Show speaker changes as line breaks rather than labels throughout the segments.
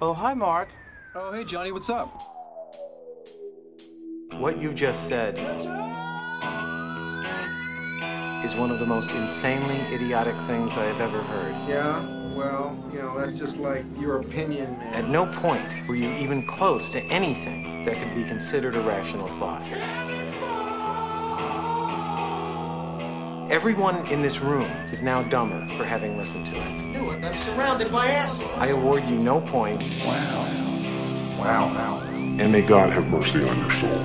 Oh, hi, Mark.
Oh, hey, Johnny, what's up?
What you just said is one of the most insanely idiotic things I have ever heard.
Yeah, well, you know, that's just like your opinion, man.
At no point were you even close to anything that could be considered a rational thought. Everyone in this room is now dumber for having listened to it.
Do it. I'm surrounded by assholes.
I award you no point.
Wow, wow. And may God have mercy on your soul.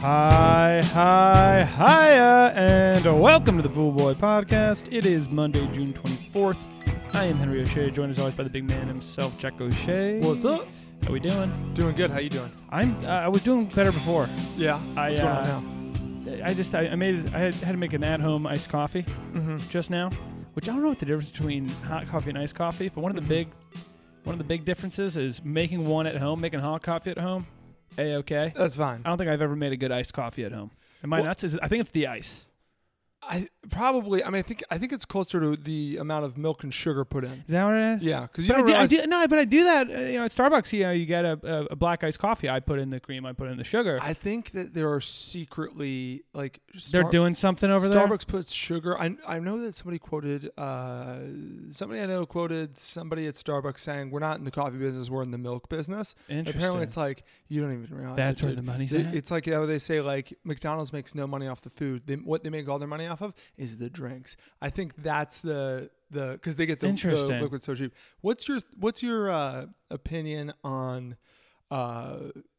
Hi, hi, hiya, and welcome to the Pool Boy Podcast. It is Monday, June 24th. I am Henry O'Shea, joined as always by the big man himself, Jack O'Shea.
What's up?
How we doing?
Doing good. How you doing?
I'm. Uh, I was doing better before.
Yeah.
I,
What's going on
uh,
now?
I just I, I made it, I had, had to make an at-home iced coffee
Mm-hmm.
just now, which I don't know what the difference between hot coffee and iced coffee, but one of the
Mm-hmm.
big one of the big differences is making one at home, making hot coffee at home, a okay.
That's fine.
I don't think I've ever made a good iced coffee at home. Am I
Well-
nuts? Is it, I think it's the ice.
I probably. I mean, I think. I think it's closer to the amount of milk and sugar put in.
Is that what it is?
Yeah, because you
But I
don't
do, I
realize.
do, no, but I do that. uh, You know, at Starbucks, you know, you get a, a, a black iced coffee. I put in the cream. I put in the sugar.
I think that there are secretly like
They're
Star-
doing something over there.
Starbucks puts sugar. I I know that somebody quoted uh, somebody I know quoted somebody at Starbucks saying we're not in the coffee business, we're in the milk business. And
Interesting.
Apparently, it's like you don't even realize
That's
it,
where
dude.
the money's
They-
at?
It's like how they say like McDonald's makes no money off the food. They, what they make all their money off of is the drinks. I think that's the the because they get the, the
Interesting.
liquid so cheap. What's your what's your uh, opinion on uh,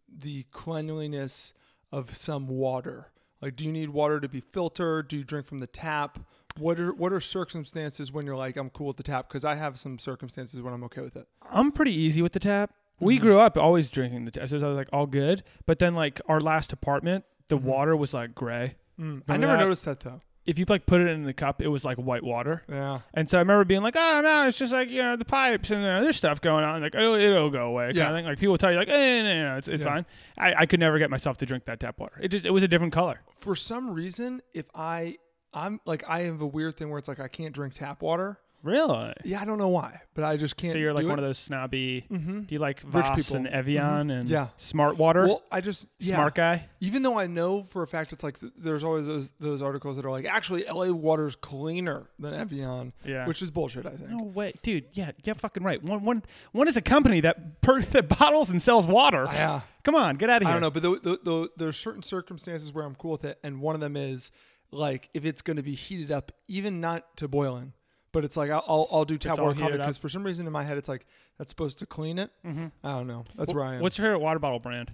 the cleanliness of some water? Like, do you need water to be filtered? Do you drink from the tap? What are what are circumstances when you're like, I'm cool with the tap? Because I have some circumstances when I'm okay with it.
I'm pretty easy with the tap. We grew up always drinking the tap, so it was like all good. But then like our last apartment, the water was like gray.
I
Remember
never
that?
noticed that though.
If you like put it in the cup, it was like white water.
Yeah.
And so I remember being like, "Oh no, it's just like you know the pipes and uh, there's stuff going on. Like it'll, it'll go away." Yeah.
Yeah.
Kind of thing. Like people tell you like, eh, "No, no, no, it's, it's
Yeah.
fine." I, I could never get myself to drink that tap water. It just it was a different color.
for some reason, if I I'm like I have a weird thing where it's like I can't drink tap water.
Really?
Yeah, I don't know why, but I just can't.
So you're like
do
one
it. Mm-hmm.
of those snobby. Do you like
Rich
Voss
people. Mm-hmm.
and Evian and
Yeah.
Smart Water?
Well, I just yeah.
Smart guy.
Even though I know for a fact it's like there's always those those articles that are like actually LA water's cleaner than Evian,
Yeah.
which is bullshit. I think.
No way, dude. Yeah, yeah, fucking right. One, one, one is a company that per, that bottles and sells water.
Yeah.
Come on, get out of
I
here.
don't know, but th th th there's certain circumstances where I'm cool with it, and one of them is like if it's going to be heated up, even not to boiling, but it's like I'll I'll, I'll do tap
all
water coffee
heated up. Mm-hmm.
because for some reason in my head it's like that's supposed to clean it. I don't know. That's where I am.
What's your favorite water bottle brand?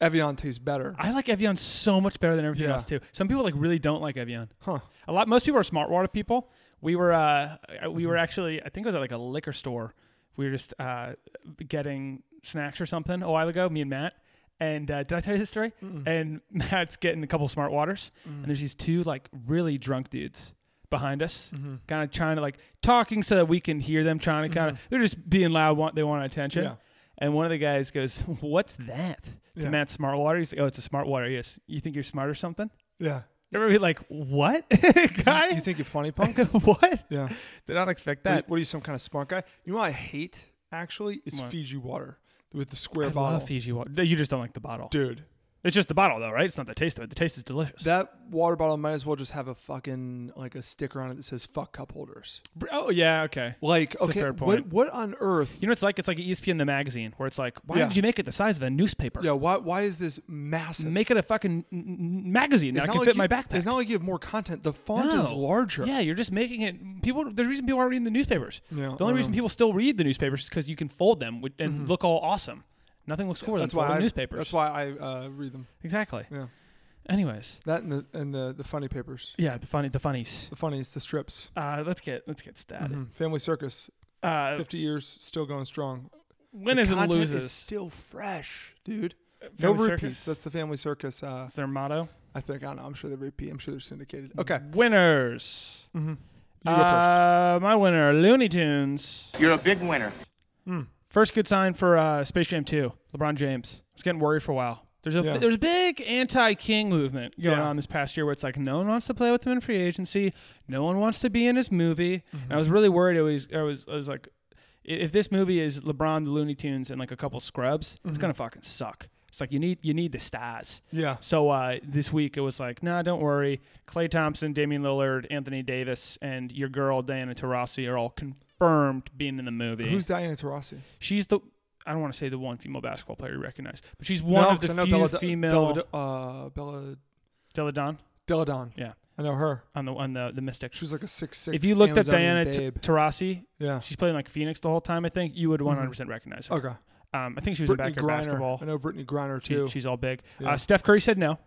Evian tastes better.
I like Evian so much better than everything
Yeah.
else too. Some people like really don't like Evian.
Huh.
A lot. Most people are smart water people. We were, uh, we
Mm-hmm.
were actually, I think it was at like a liquor store. We were just uh, getting snacks or something a while ago. Me and Matt. And uh, did I tell you this story? And Matt's getting a couple smart waters,
Mm.
and there's these two like really drunk dudes behind us,
Mm-hmm.
kind of trying to like talking so that we can hear them. Trying to kind of, they're just being loud. Want they want attention.
Mm-hmm. Yeah.
And one of the guys goes, "What's that?" To
Yeah.
Matt, smart water. He's like, "Oh, it's a smart water." Yes. You think you're smart or something?
Yeah.
Everybody like, "What, guy?
You think you're funny, punk? yeah.
what?
What are you-
Did not expect
What are,
that."
you, some kind of smart guy? You know what I hate actually is
What?
Fiji water with the square
I
bottle.
love Fiji water. You just don't like the bottle.
Dude,
It's just the bottle, though, right? It's not the taste of it. The taste is delicious.
that water bottle might as well just have a fucking like a sticker on it that says "fuck cup holders."
oh yeah, okay.
Like,
a
okay,
fair
what
point.
what on earth?
You know, it's like E it's like ESPN in the magazine, where it's like, "Why
Yeah.
did you make it the size of a newspaper?
yeah, why why is this massive?
Make it a fucking n- n- magazine that
It's
I
not
can
like
fit
you-
my backpack."
It's not like you have more content. The font is
No.
larger.
Yeah, you're just making it. People, there's a reason people aren't reading the newspapers.
Yeah,
the
I
only reason
know. Mm-hmm.
people still read the newspapers is because you can fold them with- and look all awesome. Nothing looks cooler
that's
than
why
folding
I,
newspapers.
That's why I uh, read them.
Exactly.
Yeah.
Anyways,
That and the and the, the funny papers.
yeah, the funny, the funnies.
The funnies, the strips. Hmm,
Uh, let's get let's get started.
Family Circus,
Uh,
50 years still going strong.
winners and
Content
loses.
is still fresh, dude.
Uh, Family
no
Circus?
repeats. That's the Family Circus. Uh,
That's their motto.
I think I don't know. I'm sure they repeat. I'm sure they're syndicated. Okay,
Winners.
you go
Mm-hmm. Uh, my winner, Looney Tunes.
You're a big winner.
Hmm.
First good sign for uh, Space Jam 2. LeBron James. I was getting worried for a while. There's a
Yeah.
there's a big anti-king movement going
Yeah.
on this past year where it's like no one wants to play with him in free
Mm-hmm.
agency, no one wants to be in his movie. And I was really worried. It was I was I was like, i- if this movie is LeBron, the Looney Tunes, and like a couple scrubs, it's
Mm-hmm.
gonna fucking suck. It's like you need you need the stars.
Yeah.
So uh, this week it was like, nah, don't worry. Clay Thompson, Damian Lillard, Anthony Davis, and your girl Diana Taurasi are all confirmed being in the movie.
Who's Diana Taurasi?
she's the I don't want to say the one female basketball player you recognize, but she's one
no,
of
'cause
the
I know
few
Bella,
female
Bella, uh, Bella
Deladon.
Deladon.
Yeah,
I know her.
on the on the the Mystics.
She's like a six six.
if you looked at Diana T-
babe.
Taurasi,
yeah. Mm-hmm.
she's playing like Phoenix the whole time. I think you would 100 percent recognize her.
okay.
Um, I think she was
Brittany
in backyard
Griner.
basketball.
I know Brittany Griner
She-
too.
she's all big.
Yeah. Mm. Mm-hmm.
Uh, Steph Curry said no.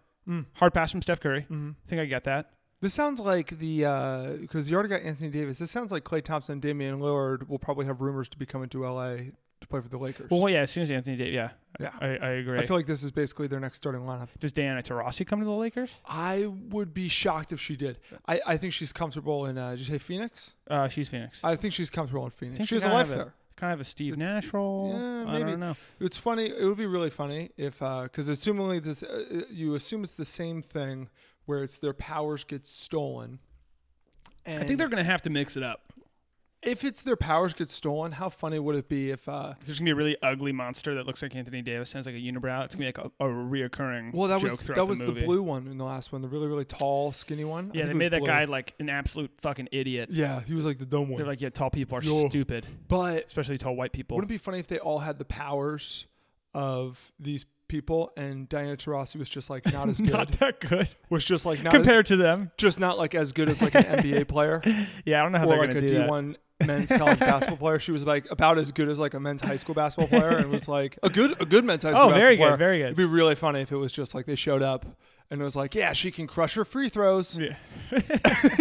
Hard pass from Steph Curry. I think I got that.
This sounds like the because you already got Anthony Davis. This sounds like Clay Thompson, Damian Lillard will probably have rumors to be coming to LA to play for the Lakers.
Well, yeah. As soon as Anthony Davis, yeah,
Yeah.
I, I agree.
I feel like this is basically their next starting lineup.
Does Diana Taurasi come to the Lakers?
I would be shocked if she did. I, I think she's comfortable in. Uh, did you say Phoenix?
Uh, she's Phoenix.
I think she's comfortable in Phoenix.
think
she has a
kinda
life
have
there.
Kind of a Steve
It's-
Nash role.
Yeah,
I
Eh, maybe.
don't know.
It's funny. It would be really funny if because assumingly this uh, you assume it's the same thing where it's their powers get stolen. And
I think they're gonna have to mix it up.
if it's their powers get stolen, how funny would it be if uh,
There's gonna be a really ugly monster that looks like Anthony Davis, sounds like a unibrow. It's gonna be like a, a reoccurring
Well, that
joke
was
throughout
that was the,
movie.
blue one in the last one, the really really tall, skinny one. I think
Yeah, they
it was
made that
blue.
guy like an absolute fucking idiot.
Yeah, he was like the dumb one.
They're like, yeah, tall people are
Yo.
stupid,
but
especially tall white people.
wouldn't it be funny if they all had the powers of these people, and Diana Taurasi was just like not as good,
Not that good
was just like not
compared to them.
just not like as good as like an NBA player
Yeah, I don't know how
or
they're
like a
gonna
D
do that.
one men's college basketball player. She was like about as good as like a men's high school basketball player, and was like a good a good men's high school.
Oh, very
basketball
good,
player.
very good.
It'd be really funny if it was just like they showed up and it was like, yeah, she can crush her free throws.
Yeah.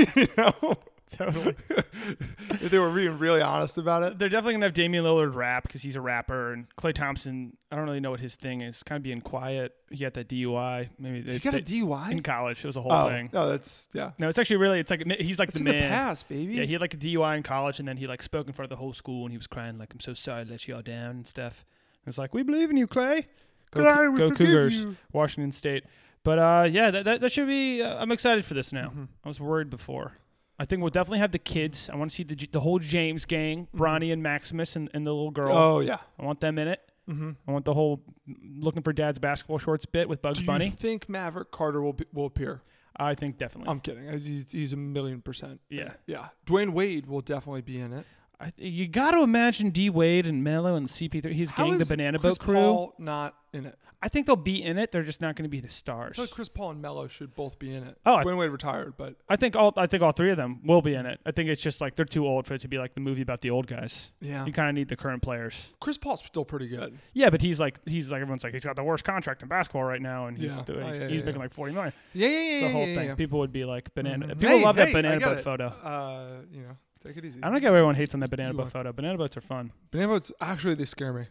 you know.
Totally.
if they were being really honest about it.
They're definitely gonna have Damian Lillard rap because he's a rapper, and Clay Thompson. I don't really know what his thing is. Kind of being quiet. He got that DUI. Maybe they,
You got a
they-
DUI?
in college. It was a whole
oh,
thing.
no, that's yeah.
No, it's actually really. It's like he's like
It's
the
in
man.
the past, baby.
Yeah, he had like a DUI in college, and then he like spoke in front of the whole school, and he was crying like, "I'm so sorry, I let you all down and stuff." And it's like, "We believe in you, Clay. Go,
Clay,
Cou-
we
go
forgive
Cougars,
you."
Washington State." But uh, yeah, that, that that should be. Uh, I'm excited for this now. I was worried before. I think we'll definitely have the kids. I want to see the J- the whole James gang, Bronny and Maximus, and, and the little girl.
Oh yeah. Mm-hmm.
I want them in it. I want the whole mm, looking for dad's basketball shorts bit with Bugs
Do
Bunny.
you think Maverick Carter will be, will appear?
I think definitely.
I'm kidding. Uh, He's, he's a million percent.
Yeah.
Yeah. Dwayne Wade will definitely be in it.
I, you got to imagine D Wade and Melo and CP3, his
How
gang, the
is
Banana
Chris
Boat crew.
Paul not in it. I
I think they'll be in it. They're just not going to be the stars.
feel like Chris Paul and Melo should both be in it.
Oh, I-
Dwayne Wade retired, but
I think all I think all three of them will be in it. I think it's just like they're too old for it to be like the movie about the old guys.
Yeah.
you kind of need the current players.
Chris Paul's still pretty good.
Yeah, but he's like he's like everyone's like he's got the worst contract in basketball right now, and he's
Yeah.
doing,
Oh,
he's,
yeah,
he's
yeah,
making
yeah.
like forty million.
Yeah, yeah, yeah.
It's the whole
yeah,
thing.
yeah.
People would be like banana. People
Mm-hmm. Hey,
love
hey,
that banana
I get
boat
it.
photo.
Uh, you know, take it easy.
I don't get why everyone hates on that banana
You
boat
are.
photo. Banana boats are fun.
Banana boats actually they scare me.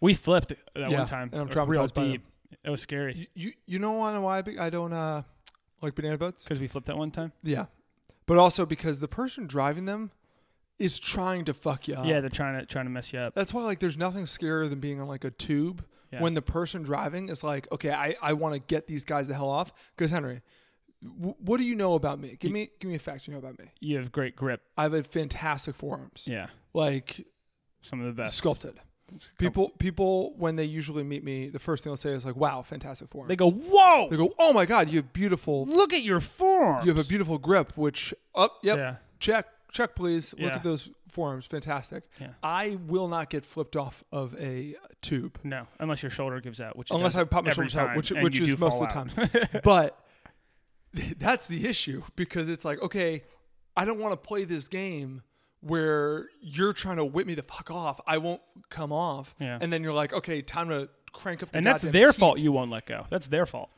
We flipped that
Yeah,
one time.
and I'm
real
traumatized by them.
deep. It was scary
You you, you know wanna why I be- I don't uh like banana boats?
because we flipped that one time.
Yeah. But also because the person driving them is trying to fuck you up.
yeah, they're trying to trying to mess you up.
Uh. That's why like there's nothing scarier than being on like a tube
Yeah.
when the person driving is like, okay, I, I want to get these guys the hell off. Because Henry, w- what do you know about me? Give me give me a fact you know about me.
You have great grip.
I have a fantastic forearms.
Yeah,
Like
some of the best.
sculpted. People people when they usually meet me, the first thing they'll say is like, wow, fantastic forearms.
They go, whoa!
they go, oh my god, you have beautiful
Look at your forearms.
You have a beautiful grip, which up, yep,
Yeah.
check, check, please. Look
Yeah.
at those forearms, fantastic.
Yeah.
I will not get flipped off of a tube
no, unless your shoulder gives out, which it
unless
does
I pop my
every
shoulders out,
time,
which
and
which
you do
is most
fall
of the
out.
time. but that's the issue because it's like, okay, I don't want to play this game where you're trying to whip me the fuck off. I won't come off,
Yeah.
and then you're like, okay, time to crank up. The
and that's
goddamn
their
heat.
fault. You won't let go. That's their fault.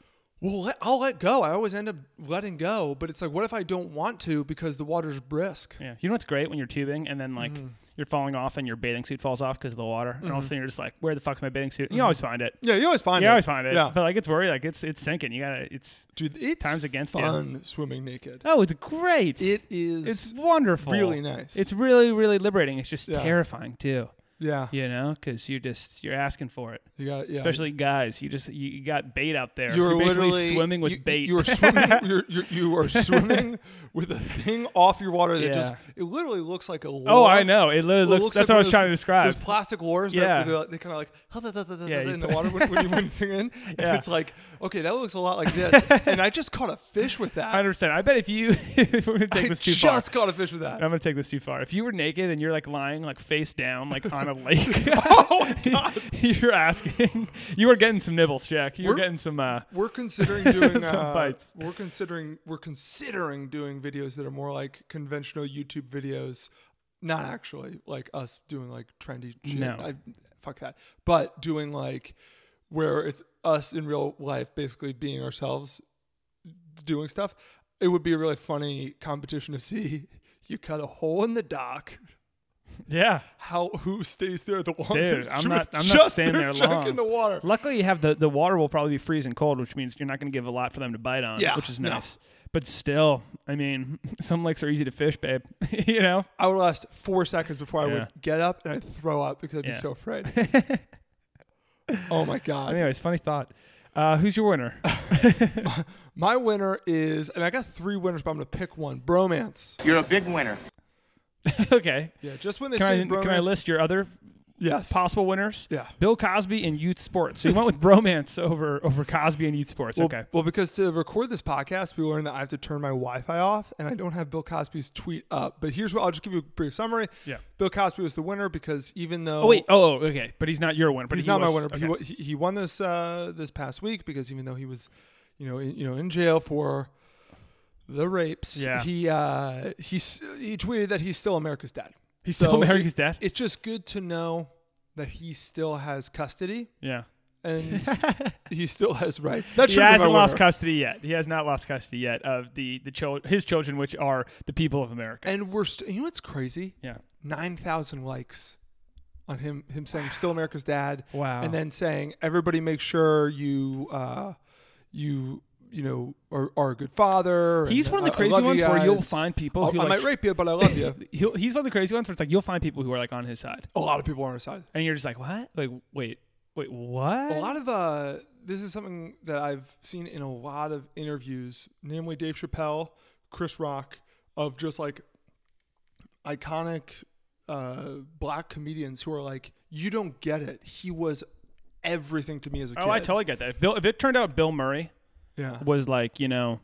Well, let, I'll let go. I always end up letting go, but it's like, what if I don't want to because the water's brisk?
Yeah. You know what's great when you're tubing and then
Mm-hmm.
like you're falling off and your bathing suit falls off because of the water, and all of a sudden you're just like, where the fuck's my bathing suit? And You always find it.
Yeah, you always Mm-hmm. find
You
it.
always find it.
Yeah,
But like it's worried, like it's it's sinking. You gotta. It's
dude, it's
times against you.
fun swimming naked.
oh, it's great.
It is.
it's wonderful.
really nice.
It's really really liberating. It's just
Yeah.
terrifying too.
Yeah.
you know, because you're just you're asking for it.
You got yeah.
Especially guys, you just you you got bait out there.
you were
are basically
literally-
swimming with
you,
bait.
You were swimming. you're, you're, you are swimming with a thing off your water that
Yeah.
just it literally looks like a. Lure.
oh, I know. It literally
It
looks.
like
that's what I
one
was
of
trying to
those-
describe.
Those plastic lures.
Yeah.
That, they're like- they kind of like
Yeah, you
in the
put-
water when, when you win thing in.
Yeah.
And it's like okay, that looks a lot like this, and I just caught a fish with that.
I understand. I bet if you if we're gonna take
I
this too
just
far.
caught a fish with that.
I'm gonna take this too far. If you were naked and you're like lying like face down like on a lake,
Oh my God.
you're asking. You were getting some nibbles, Jack. You were
We're-
getting some. uh
We're considering doing
Some
uh,
bites.
We're considering we're considering doing videos that are more like conventional YouTube videos, not actually like us doing like trendy shit.
No.
I, fuck that. But doing like where it's us in real life, basically being ourselves, doing stuff. It would be a really funny competition to see. You cut a hole in the dock.
Yeah,
How who stays there the longest?
dude. I'm
She was
not. I'm not
Oh, just
staying there
checking
long.
the water.
Luckily, you have the the water will probably be freezing cold, which means you're not going to give a lot for them to bite on.
Yeah,
which is
no.
nice. But still, I mean, some lakes are easy to fish, babe. you know.
I would last four seconds before I
Yeah.
would get up and I'd throw up because I'd
Yeah.
be so afraid. oh my god!
Anyways, funny thought. Uh, who's your winner?
My winner is, and I got three winners, but I'm gonna pick one. Bromance.
You're a big winner.
okay.
Yeah, just when they
Can
say
I,
bromance.
can I list your other
Yes.
possible winners?
Yeah.
Bill Cosby and youth sports. So you went with bromance over over Cosby and youth sports.
Well,
okay.
Well, because to record this podcast, we learned that I have to turn my Wi-Fi off, and I don't have Bill Cosby's tweet up. But here's what I'll just give you a brief summary.
Yeah.
Bill Cosby was the winner because even though
Oh wait. Oh, oh, okay. But he's not your winner. But
he's
he
not my
was-
winner. But he
okay.
wa- he, he won this uh, this past week because even though he was, you know, in, you know, in jail for the rapes,
Yeah.
he uh, he s- he tweeted that he's still America's dad.
He's still America's dad?
It's just good to know that he still has custody
yeah.
and he still has rights. That
He
should be my
hasn't lost
winner.
custody yet. He has not lost custody yet of the the chil- his children, which are the people of America.
And we're st- you know what's crazy?
yeah.
Nine thousand likes on him him saying still America's dad.
Wow.
And then saying everybody make sure you uh you you know are, are a good father. and
He's one of
I-
the
I
crazy
love you
ones where you'll
guys.
find people
I,
who
I
like,
might rape you, but I love you.
He'll, he's one of the crazy ones where it's like you'll find people who are like on his side,
a lot of people on our side.
and you're just like, what? Like, wait, wait, what?
A lot of uh, this is something that I've seen in a lot of interviews, namely Dave Chappelle, Chris Rock, of just like iconic uh, black comedians who are like, you don't get it. He was everything to me as a kid.
oh, I totally get that. If Bill, if it turned out Bill Murray
Yeah.
was like, you know,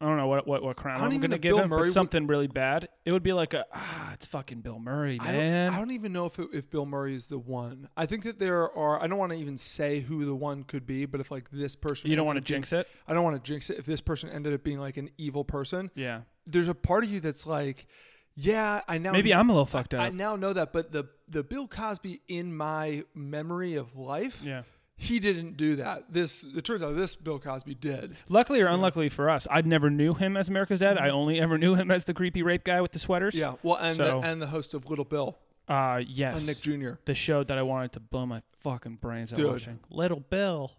I don't know what what, what crown
don't
I'm
even
going
know
to
if
give
Bill
him,
Murray
but
would-
something really bad, it would be like a ah, it's fucking Bill Murray,
I don't,
man.
I don't even know if, it, if Bill Murray is the one. I think that there are. I don't want to even say who the one could be, but if like this person,
You don't
ended
wanna
up being-
jinx it?
I don't want to jinx it. If this person ended up being like an evil person,
yeah,
there's a part of you that's like, yeah, I now
maybe I'm a little fucked up.
Um, I now know that, but the the Bill Cosby in my memory of life,
Yeah.
he didn't do that. This it turns out this Bill Cosby did.
Luckily or unluckily for us, I never knew him as America's Dad. I only ever knew him as the creepy rape guy with the sweaters.
Mm-hmm. Yeah, well, and
So-
the, and the host of Little Bill,
Uh, yes.
and Nick Jr.
The show that I wanted to blow my fucking brains out
Dude.
watching. Little Bill.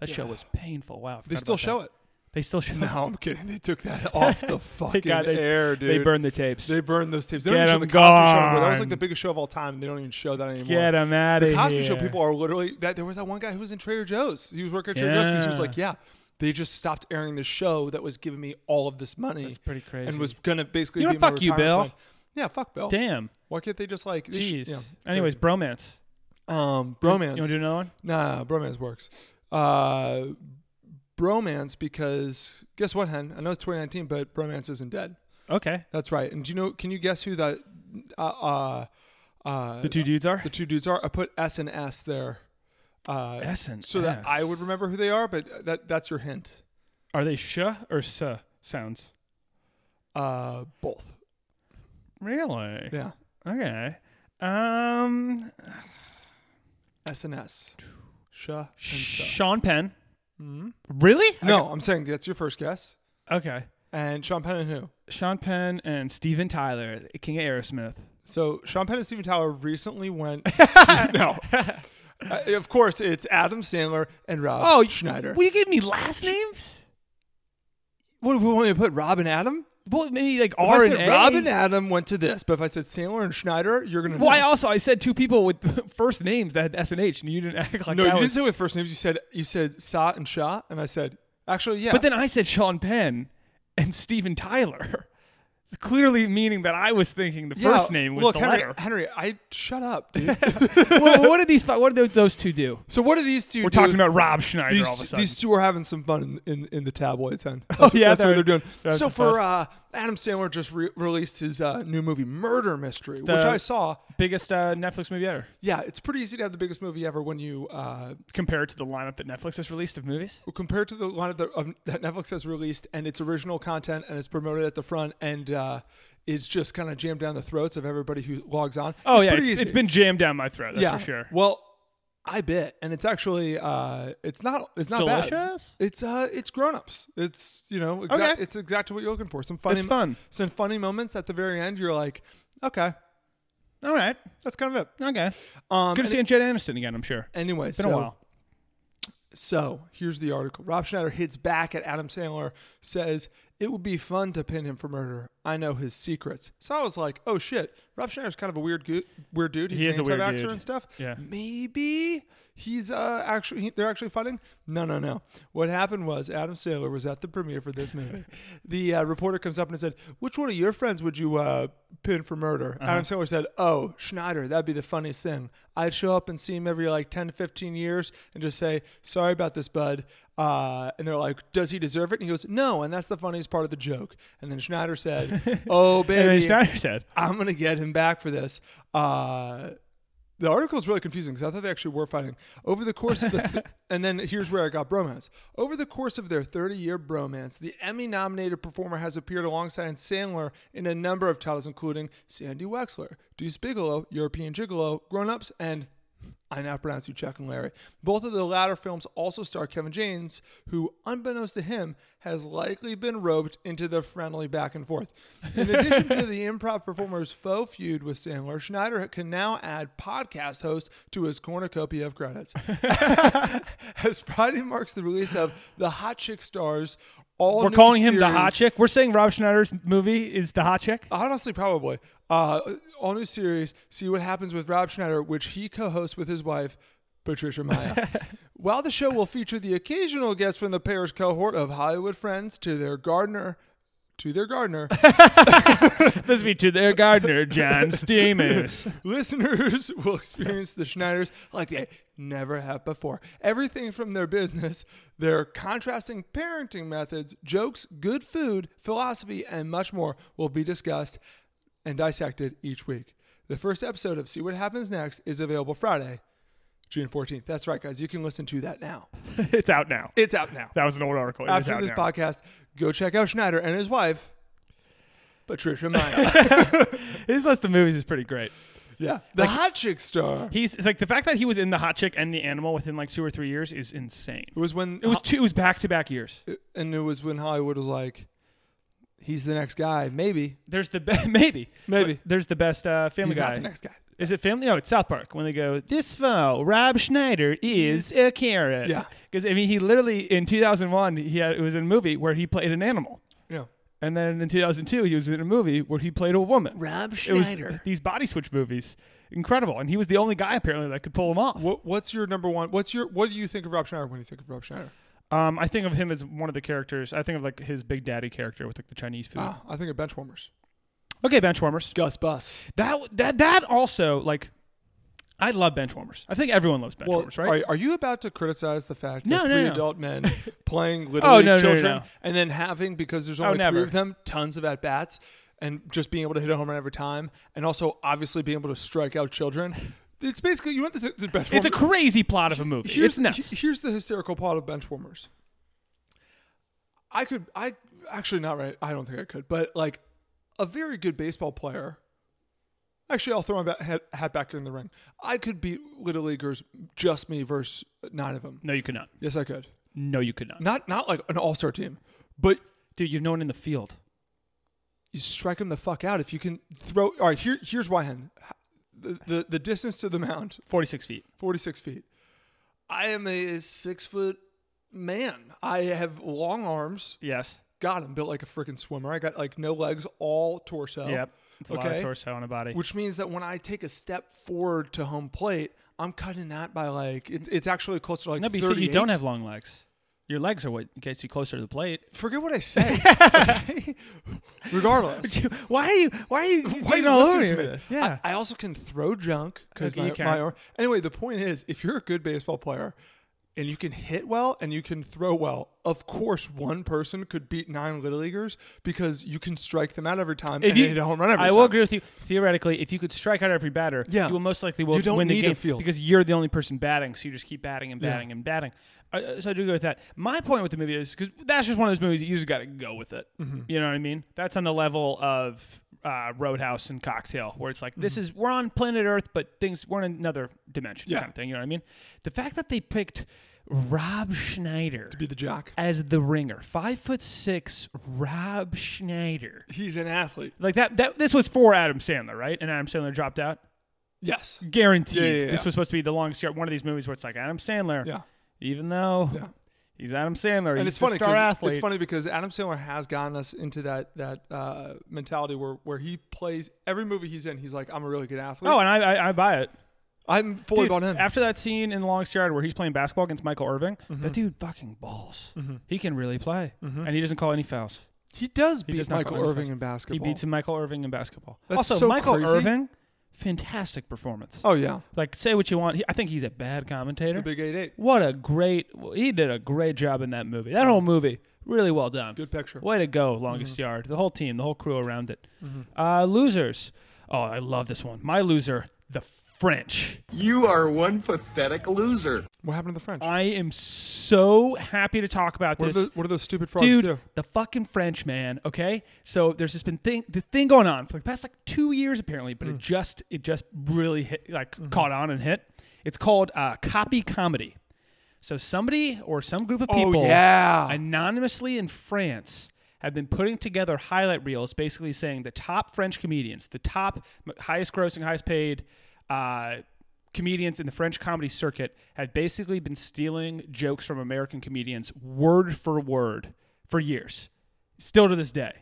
That show was painful. Wow. I
They
forgot
still
about
show
that.
it.
They still show
No, I'm kidding. They took that off the fucking
Thank God they,
air, dude.
They burned the tapes.
They burned those tapes. They
Get
don't even show
'em
the Cosby Show anymore. That was
gone.
like the biggest show of all time. They don't even show that anymore.
Get 'em outta
The Cosby Show
here.
people are literally that. There was that one guy who was in Trader Joe's. He was working at Trader Joe's because he was
Yeah.
like, "Yeah, they just stopped airing the show that was giving me all of this money.
That's pretty
And
crazy.
was gonna basically
You know
be
what?
my
Fuck you,
retirement
Bill.
plan. Yeah, fuck Bill.
Damn.
Why can't they just like? they sh-
Jeez.
yeah.
Anyways, bromance.
um, bromance.
You want to do another one?
Nah, bromance works. Uh, bromance because guess what, Hen? I know it's 2019, but bromance isn't dead.
Okay.
That's right. And do you know? Can you guess who that? Uh, uh, uh,
The two dudes are?
the two dudes are. I put S and S there. Uh,
S and
so that
S.
I would remember who they are, but that that's your hint.
Are they sh or s sounds?
Uh, both.
Really?
Yeah.
Okay. Um,
S and S. Sha and sa.
Sean Penn. Really?
Hmm? No, I'm saying that's your first guess.
Okay.
And Sean Penn and who?
Sean Penn and Steven Tyler, King of Aerosmith.
So Sean Penn and Steven Tyler recently went. no. Uh, of course, it's Adam Sandler and Rob Schneider.
Will you give me last names?
what do we want me to put? Rob and Adam?
Well, maybe like
If
R
I
and
said
A.
Robin Adam went to this, but if I said Sandler and Schneider, you're gonna.
Well, I
know.
also I said two people with first names that had S and H, and you didn't act like
no,
that
you
was-
didn't say with first names. You said you said Sa and Shah, and I said actually yeah.
But then I said Sean Penn and Steven Tyler, clearly meaning that I was thinking the
Yeah,
first name was
look,
the
Henry,
letter.
Henry, I shut up, dude.
well, what did these? fi- What did those two do?
so what are these two?
We're
do-
talking about Rob Schneider
These,
all of a sudden. Oh,
these two are having some fun in, in, in the tabloids, then. That's, what-
yeah,
that's what
they're-
they're doing.
they're having
So
some
for uh,
fun.
Adam Sandler, just re- released his uh, new movie Murder Mystery,
the-
which I saw.
Biggest uh, Netflix movie ever.
Yeah, it's pretty easy to have the biggest movie ever when you uh,
Compared to the lineup that Netflix has released of movies.
compare to the one of the, of, that Netflix has released and its original content, and it's promoted at the front, and uh, it's just kind of jammed down the throats of everybody who logs on.
Oh
It's
yeah,
pretty
it's, it's
easy.
been jammed down my throat. That's for sure.
Well, I bet, and it's actually uh, it's not it's not bad.
delicious?
It's uh, it's grown ups. It's you know, exact,
Okay.
it's exactly what you're looking for. Some funny,
It's fun.
Some funny moments at the very end. You're like, okay,
All right.
that's kind of it.
Okay.
Um,
Good to see Jed Aniston again. I'm sure.
Anyway,
Been
so,
a while.
So here's the article. Rob Schneider hits back at Adam Sandler, says, It would be fun to pin him for murder. I know his secrets. So I was like, Oh shit, Rob Schneider's kind of a weird goo- weird dude. He's
He is a
an
weird
anti-vaxxer
dude.
and stuff.
Yeah.
Maybe he's uh, actually, he- they're actually fighting. No, no, no. What happened was Adam Sandler was at the premiere for this movie. the uh, reporter comes up and said, Which one of your friends would you uh, pin for murder?
Uh-huh.
Adam Sandler said, Oh, Schneider, that'd be the funniest thing. I'd show up and see him every like 10 to 15 years and just say, Sorry about this, bud. Uh, and they're like, Does he deserve it? And he goes, No. And that's the funniest part of the joke. And then Schneider said, Oh, baby.
And then Schneider said,
I'm gonna get him back for this. Uh, the article is really confusing because I thought they actually were fighting over the course of the. Th- and then here's where I got bromance. Over the course of their 30-year bromance, the Emmy-nominated performer has appeared alongside Sandler in a number of titles, including Sandy Wexler, Deuce Bigelow, European Gigolo, Grown Ups, and I now pronounce you Chuck and Larry. Both of the latter films also star Kevin James, who, unbeknownst to him, has likely been roped into the friendly back and forth. In addition to the improv performer's faux feud with Sandler, Schneider can now add podcast host to his cornucopia of credits. As Friday marks the release of The Hot Chick Stars, all
"We're
new
calling him the
series-
hot chick." We're saying Rob Schneider's movie is the hot chick.
Honestly, probably. Uh, all new series, see what happens with Rob Schneider, which he co hosts with his wife, Patricia Maya. While the show will feature the occasional guest from the pair's cohort of Hollywood friends to their gardener, to their gardener,
This be to their gardener, John Stamos.
listeners will experience the Schneiders like they never have before. Everything from their business, their contrasting parenting methods, jokes, good food, philosophy, and much more will be discussed and dissected each week. The first episode of See What Happens Next is available Friday, June 14th. That's right, guys. You can listen to that now.
it's out now.
It's out now.
that was an old article. It is
After
out
this
now.
podcast, go check out Schneider and his wife, Patricia Maya.
His list of movies is pretty great.
yeah. The hot chick star.
He's it's like the fact that he was in the Hot Chick and the Animal within like two or three years is insane.
It was when
It was two. It was back to back years.
and it was when Hollywood was like, he's the next guy, maybe.
There's the be- maybe
Maybe.
there's the best uh, Family
He's
Guy.
not the next guy.
Is it Family? No, it's South Park. When they go, this foe, Rob Schneider is a carrot.
Yeah.
because I mean, he literally in 2001 he had it was in a movie where he played an animal,
Yeah.
and then in 2002 he was in a movie where he played a woman.
Rob
It was these body switch movies, incredible, and he was the only guy apparently that could pull them off.
What, what's your number one? What's your what do you think of Rob Schneider when you think of Rob Schneider?
Um, I think of him as one of the characters. I think of like his Big Daddy character with like the Chinese food.
Ah, I think of Benchwarmers.
Okay, benchwarmers.
Gus Bus.
That that that also like, I love benchwarmers. I think everyone loves
Well,
benchwarmers,
right?
right?
are, are you about to criticize the fact
No,
that
no,
three
no.
adult men playing little
Oh,
league
no, no, no,
children
no. Oh,
and then having because there's only three
never.
of them tons of at bats and just being able to hit a home run every time and also obviously being able to strike out children? It's basically you want this the Benchwarmers.
It's a crazy plot of a movie.
here's,
it's nuts.
he- here's the hysterical plot of Benchwarmers. I could, I actually not right. I don't think I could, but like a very good baseball player. Actually, I'll throw my ba- hat, hat back in the ring. I could beat little leaguers, just me versus nine of them.
no, you could not.
Yes, I could.
No, you could not.
Not, not like an all star team, but
Dude, you've known in the field.
you strike them the fuck out if you can throw. All right, here, here's why, Hen. The, the the distance to the mound
46 feet.
46 feet. I am a six foot man. I have long arms.
Yes.
God, I'm built like a freaking swimmer. I got like no legs, all torso.
Yep. It's a lot of torso on a body.
Which means that when I take a step forward to home plate, I'm cutting that by like it's it's actually closer to like
no, but you said you don't
38.
have long legs. Your legs are what gets you closer to the plate.
Forget what I say. okay? Regardless.
Why are you? Why are you?
Why
getting
you
all
listen
over
to
me
me?
with this? Yeah.
I, I also can throw junk because
Okay,
my,
you can.
my arm. Anyway, the point is, if you're a good baseball player and you can hit well and you can throw well, of course, one person could beat nine little leaguers because you can strike them out every time and hit a home run every
I
time.
will agree with you. Theoretically, if you could strike out every batter,
Yeah.
you will most likely will
You don't
win the
need a
game
field.
because you're the only person batting, so you just keep batting and batting and batting. Uh, so I do go with that. My point with the movie is because that's just one of those movies that you just got to go with it.
Mm-hmm.
You know what I mean? That's on the level of uh, Roadhouse and Cocktail, where it's like this is we're on planet Earth, but things we're in another dimension
Mm-hmm. Yeah.
kind of thing. You know what I mean? The fact that they picked Rob Schneider
Be the jock.
as the ringer, five foot six, Rob Schneider.
He's an athlete.
Like that. That this was for Adam Sandler, right? And Adam Sandler dropped out.
Yes.
Guaranteed.
Yeah, yeah, yeah.
This was supposed to be the longest yard. One of these movies where it's like Adam Sandler.
Yeah.
Even though
Yeah.
he's Adam Sandler,
and
he's
it's funny
the star
'cause-
athlete.
it's funny because Adam Sandler has gotten us into that that uh, mentality where where he plays every movie he's in. He's like, I'm a really good athlete.
Oh, and I I, I buy it.
I'm fully
Dude,
bought in.
After that scene in the longest yard where he's playing basketball against Michael Irving,
Mm-hmm.
that dude fucking balls. He can really play, and he doesn't call any fouls.
he does Mm-hmm. beat
does not
Michael
call any
Irving
fouls.
in basketball.
He beats Michael Irving in basketball.
That's
also,
so
Michael
crazy.
Irving, fantastic performance.
Oh yeah,
Like, say what you want. He, I think he's a bad commentator.
the Big Eight Eight.
What a great! He did a great job in that movie. That whole movie, really well done.
Mm-hmm. Good picture. Mm-hmm.
Way to go, longest yard. The whole team, the whole crew around it. Uh, losers. Oh, I love this one. My loser, the French.
You are one pathetic loser.
What happened to the French?
I am so happy to talk about
what, are
this.
those, what do those stupid frogs
Dude,
do?
the fucking French man. Okay, so there's just been thing the thing going on for the past like two years apparently, but
Mm.
it just it just really hit like
Mm-hmm.
caught on and hit. It's called uh, copy comedy. So somebody or some group of people,
Oh, yeah.
anonymously in France, have been putting together highlight reels, basically saying the top French comedians, the top m- highest grossing, highest paid. Uh, Comedians in the French comedy circuit have basically been stealing jokes from American comedians word for word for years, still to this day.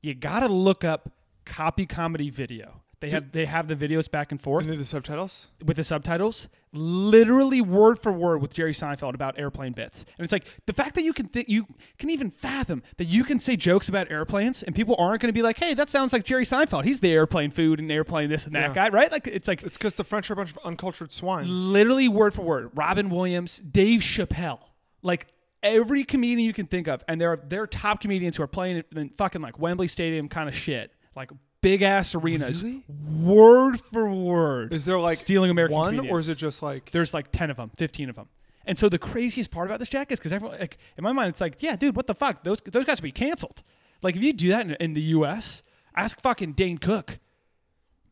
You gotta look up copy comedy video. They have they have the videos back and forth
And then the subtitles.
with the subtitles, literally word for word with Jerry Seinfeld about airplane bits. And it's like the fact that you can th- you can even fathom that you can say jokes about airplanes and people aren't going to be like, "Hey, that sounds like Jerry Seinfeld. He's the airplane food and airplane this and that guy, right?" Like it's like
It's because the French are a bunch of uncultured swine.
literally word for word. Robin Williams, Dave Chappelle, like every comedian you can think of, and they're they're top comedians who are playing in fucking like Wembley Stadium kind of shit, like big ass arenas, word for word.
Is there like
stealing American
one, or
comedians.
is it just like
There's like 10 of them, 15 of them. And so the craziest part about this, Jack, is because everyone, like, in my mind, it's like, yeah, dude, what the fuck? Those, those guys should be canceled. Like, if you do that in, in the US, ask fucking Dane Cook,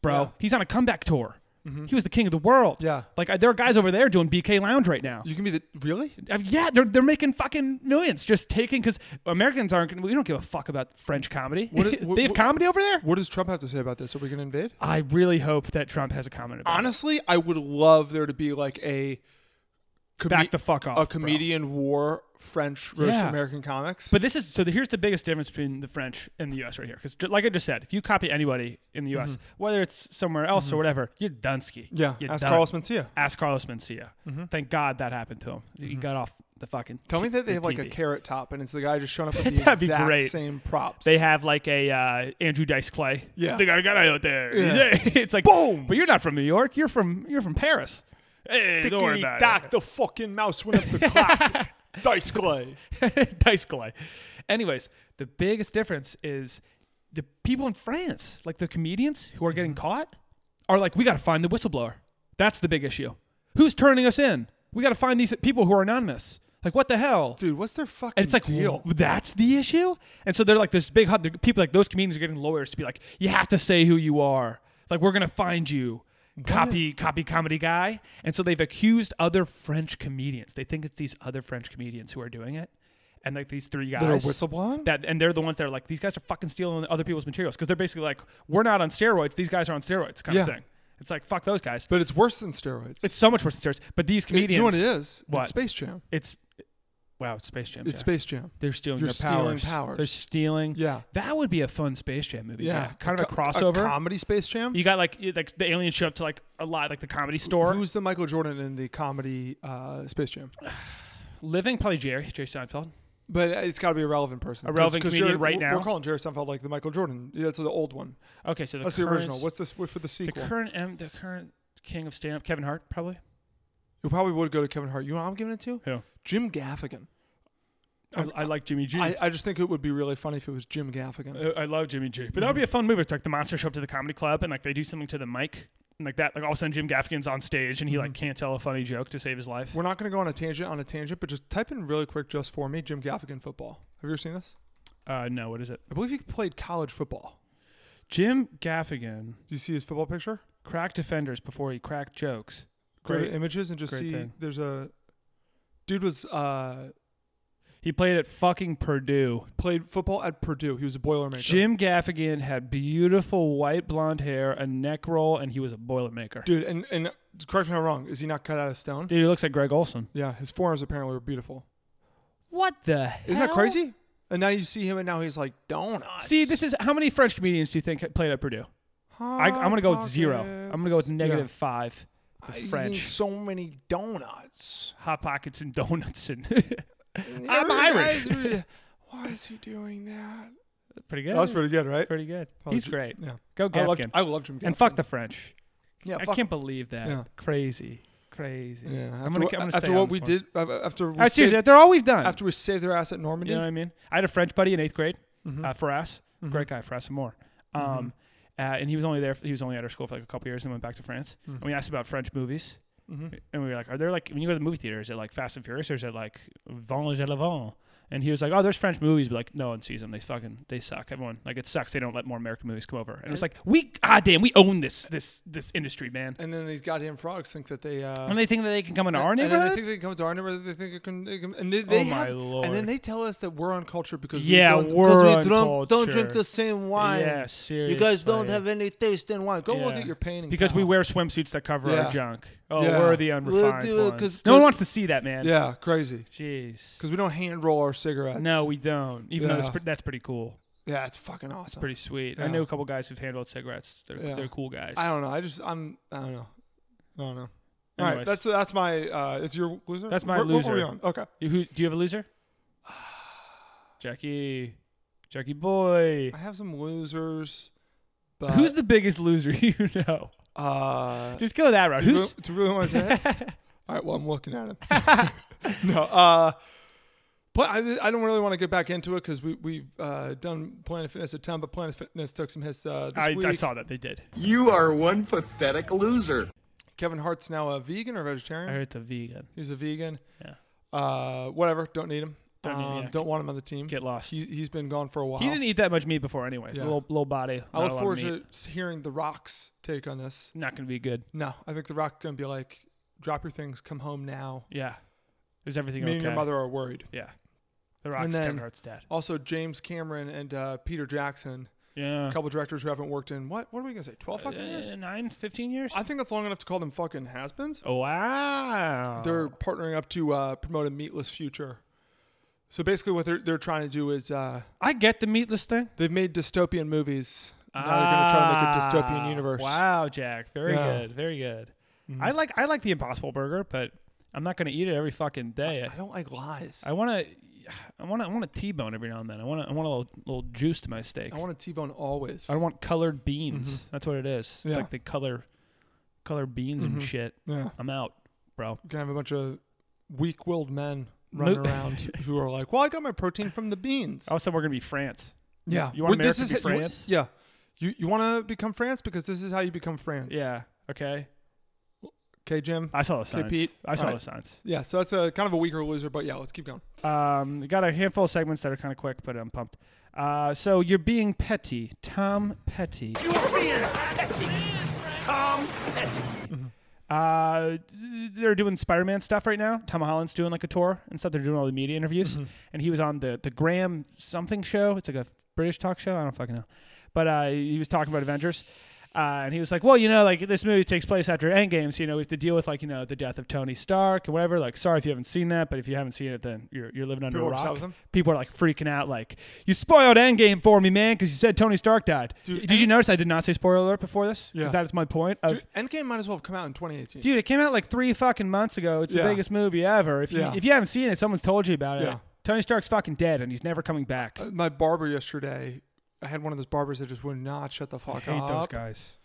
bro.
Yeah.
He's on a comeback tour. He was the king of the world.
Yeah.
Like, I- there are guys over there doing BK Lounge right now.
you can be the really?
I mean, yeah, they're, they're making fucking millions just taking, because Americans aren't going to, we don't give a fuck about French comedy.
What it- what-
they have
what-
comedy over there?
What does Trump have to say about this? Are we going to invade?
I really hope that Trump has a comment about it.
Honestly, I would love there to be like a comed-
Back the fuck off,
a
bro.
comedian war French versus
Yeah.
American comics.
But this is so. The, here's the biggest difference between the French and the U.S. right here, because like I just said, if you copy anybody in the U.S., whether it's somewhere else or whatever, you're Dunsky.
Mm-hmm. yeah,
you're
ask
done.
Carlos Mencia. Mm-hmm.
Ask Carlos Mencia. Thank God that happened to him. He got off the fucking.
Tell me that they
the
have like a
TV.
carrot top, and it's the guy just showing up with the
That'd be
exact
great.
same props.
They have like a uh, Andrew Dice Clay.
Yeah.
they got a guy out there.
Yeah.
it's like
Boom!
But you're not from New York. You're from you're from Paris. Hey, don't worry about it.
the fucking mouse went up the clock. Dice clay.
dice clay. Anyways, the biggest difference is the people in France, like the comedians who are getting caught, are like, we got to find the whistleblower. That's the big issue. Who's turning us in? We got to find these people who are anonymous. Like, what the hell?
Dude, what's their fucking
and it's like,
deal?
"Well, that's the issue? And so they're like this big hub. the People like those comedians are getting lawyers to be like, you have to say who you are. Like, we're going to find you. Copy, copy comedy guy. And so they've accused other French comedians. They think it's these other French comedians who are doing it. And like these three guys
That are whistleblowing?
that and they're the ones that are like these guys are fucking stealing other people's materials because they're basically like we're not on steroids these guys are on steroids kind
Yeah.
of thing it's like fuck those guys
but it's worse than steroids.
it's so much worse than steroids but these
It-
comedians
You know what it is?
What?
It's Space Jam.
it's Wow, it's Space Jam.
It's
yeah.
Space Jam.
They're stealing
You're
their
stealing
powers.
powers.
They're stealing.
Yeah.
That would be a fun Space Jam movie. Yeah. Kind of a
co-
crossover.
comedy Space Jam.
you got like you- like the aliens show up to like a lot like the comedy store.
Who's the Michael Jordan in the comedy uh, Space Jam?
living probably Jerry Jerry Seinfeld.
But it's got to be a relevant person.
A relevant
'Cause- 'cause Jerry-
comedian right
we're-
now?
We're calling Jerry Seinfeld like the Michael Jordan. That's the old one.
Okay, so the
That's the
current,
original. What's this what for the
the
sequel?
current M, the current king of stand up Kevin Hart probably.
it probably would go to Kevin Hart. You know what I'm giving it to?
Who?
Jim Gaffigan.
I, I like Jimmy G.
I, I just think it would be really funny if it was Jim Gaffigan.
Uh, I love Jimmy G. But that would be a fun movie. It's like the monsters show up to the comedy club and like they do something to the mic and like that. Like all of a sudden Jim Gaffigan's on stage and he
Mm-hmm.
like can't tell a funny joke to save his life.
We're not going to go on a tangent on a tangent, but just type in really quick just for me Jim Gaffigan football. Have you ever seen this?
Uh, no, what is it?
I believe he played college football.
Jim Gaffigan
Do you see his football picture?
cracked defenders before he cracked jokes.
Go
Great.
to images and just
great
see
thing.
there's a dude was uh,
He played at fucking Purdue.
played football at Purdue. He was a Boilermaker.
Jim Gaffigan had beautiful white blonde hair, a neck roll, and he was a Boilermaker. Dude,
dude, and and correct me if I'm wrong. Is he not cut out of stone?
he looks like Greg Olson.
Yeah, his forearms apparently were beautiful.
What the hell?
Isn't that crazy? And now you see him, and now he's like donuts.
See, this is how many French comedians do you think played at Purdue? I, I'm gonna go with zero. I'm gonna go with negative five. The
Yeah. Eating
French
so many donuts.
hot pockets and donuts and I'm Irish.
Why is he doing that?
pretty good.
That was pretty good, right?
Pretty good.
Probably
He's
Jim-
great.
Yeah,
Go
I loved,
Gaffigan.
I loved Jim.
and
Gaffigan.
fuck the French.
Yeah,
I
fuck
can't believe that.
Yeah.
Crazy, crazy.
Yeah, after,
I'm gonna.
what-
I'm gonna
after
stay on
what
this
we
one.
did, uh, after we
Uh,
saved,
seriously, after all we've done.
after we saved their ass at Normandy,
You know what I mean? I had a French buddy in eighth grade,
Mm-hmm.
uh, Faras, great guy, Faras Moore. Um, uh, and he was only there. He was only at our school for like a couple years, and went back to France.
Mm-hmm.
And we asked about French movies, and we were like, "Are there like when you go to the movie theater, is it like Fast and Furious, or is it like Venge à l'avant?" And he was like, "Oh, there's French movies, but like no one sees them. They fucking they suck. Everyone like it sucks. They don't let more American movies come over." And it was like, "We ah damn, we own this this this industry, man."
and then these goddamn frogs think that they. Uh,
And they think that they can come into our
and then they
neighborhood. Oh
think they can come to our neighborhood. They think it can, they can and they, they
my
have,
lord.
and then they tell us that we're uncultured because
Yeah,
we don't,
we're
because we don't, don't
uncultured.
drink the same wine.
Yeah,
You guys don't
seriously.
have any taste in wine. Go look
Yeah.
at your painting
because we
pal.
wear swimsuits that cover
Yeah.
our junk. Oh,
Yeah.
we're the
We'll
unrefined
do it 'cause-
ones. No one wants to see that, man.
Yeah, crazy.
Jeez.
Because we don't hand roll our cigarettes.
No, we don't. Even though it's
Yeah.
pre- that's pretty cool,
Yeah, it's fucking awesome.
pretty sweet. I
Yeah.
know a couple guys who've handled cigarettes. They're,
Yeah.
they're cool guys.
I don't know. I just I'm I don't know. I don't know. All right,
Anyways.
that's that's my uh, it's your loser.
That's my
What- what were we
loser.
on? Okay,
You- who, do you have a loser? Jackie, Jackie boy.
I have some losers, but
Who's the biggest loser you know?
uh,
Just go that route.
do you really-
Who's
do you really want to say it? All right, well I'm looking at him. no, uh, but I, I don't really want to get back into it because we we've uh, done Planet Fitness a ton, but Planet Fitness took some hits uh, this
I,
week.
I saw that they did.
You are one pathetic loser.
Kevin Hart's now a vegan or vegetarian.
I heard it's a vegan.
He's a vegan.
Yeah.
Uh, whatever. Don't need him.
Don't need him,
Um,
yeah.
don't want him on the team.
Get lost.
He, he's been gone for a while.
He didn't eat that much meat before, anyway.
Yeah.
Little little body.
I
not a
look
lot of
forward
meat.
to hearing The Rock's take on this.
Not gonna be good.
No, I think The Rock's going to be like, drop your things, come home now.
Yeah. Is everything
Me
okay?
and your mother are worried.
Yeah. The Rock's
And then-
Kevin Hart's dad.
Also, James Cameron and uh, Peter Jackson,
Yeah.
a couple directors who haven't worked in, what What are we going to say, 12 fucking years?
Uh, nine, 15 years?
I think that's long enough to call them fucking has-beens.
Oh, wow.
They're partnering up to uh, promote a meatless future. So basically what they're, they're trying to do is... Uh,
I get the meatless thing.
They've made dystopian movies. Now they're going to try to make a dystopian
Ah,
universe.
Wow, Jack. Very
Yeah. Mm-hmm.
good. Very good. I like I like the Impossible Burger, but I'm not going to eat it every fucking day.
I don't like lies.
I want to I want to I want to T-bone every now and then. I want to I want a little, little juice to my steak.
I want a T-bone always.
I want colored beans. That's what it is. It's
Yeah. Mm-hmm.
like the color colored beans and shit.
yeah,
I'm out, bro.
gonna have a bunch of weak-willed men running
Mo-
around who are like, "Well, I got my protein from the beans."
Also, we're going to be France.
yeah,
you want
Well, this
America to
is
be
how- you-
France?
yeah, you you want to become France because this is how you become France.
Yeah. Okay.
Okay, Jim.
I saw the signs.
Pete.
I saw
All
the
right.
signs.
yeah, so that's a kind of a weaker loser, but yeah, let's keep going.
Um, we got a handful of segments that are kind of quick, but I'm pumped. Uh, so you're being petty, Tom Petty. You're being petty, Tom Petty. Uh, they're doing Spider-Man stuff right now. Tom Holland's doing like a tour and stuff. They're doing all the media interviews,
Mm-hmm.
and he was on the the Graham something show. It's like a British talk show. I don't fucking know, but uh, he was talking about Avengers. Uh, and he was like, well, you know, like this movie takes place after Endgame, so you know we have to deal with like you know the death of Tony Stark and whatever. Like, sorry if you haven't seen that, but if you haven't seen it, then you're you're living under
People
a
were upset
rock.
with him?
People are like freaking out, like you spoiled Endgame for me, man, because you said Tony Stark died.
Dude,
did you notice I did not say spoiler alert before this? 'Cause
Yeah.
that is my point. Of,
Dude, Endgame might as well have come out in 2018.
Dude, it came out like three fucking months ago. It's the
Yeah.
biggest movie ever. If you
Yeah.
if you haven't seen it, someone's told you about it.
Yeah. Uh,
Tony Stark's fucking dead, and he's never coming back.
My barber yesterday, I had one of those barbers that just would not shut the fuck up.
guys.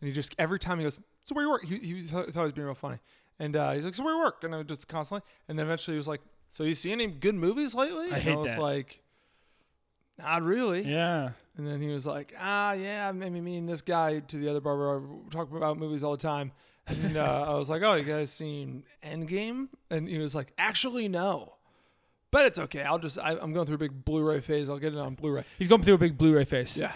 And he just every time he goes, "So where you work?" He, he was- thought he was being real funny, and uh, he's like, "So where you work?" And I was just constantly. And then eventually he was like, "So you see any good movies lately?" and
hate
I was
that.
like, "Not really."
Yeah,
And then he was like, "Ah, yeah, maybe me and this guy to the other barber are talking about movies all the time." And uh, I was like, "Oh, you guys seen Endgame?" And he was like, "Actually, no." But it's okay. I'll just I, I'm going through a big Blu-ray phase. I'll get it on Blu-ray.
he's going through a big Blu-ray face.
Yeah.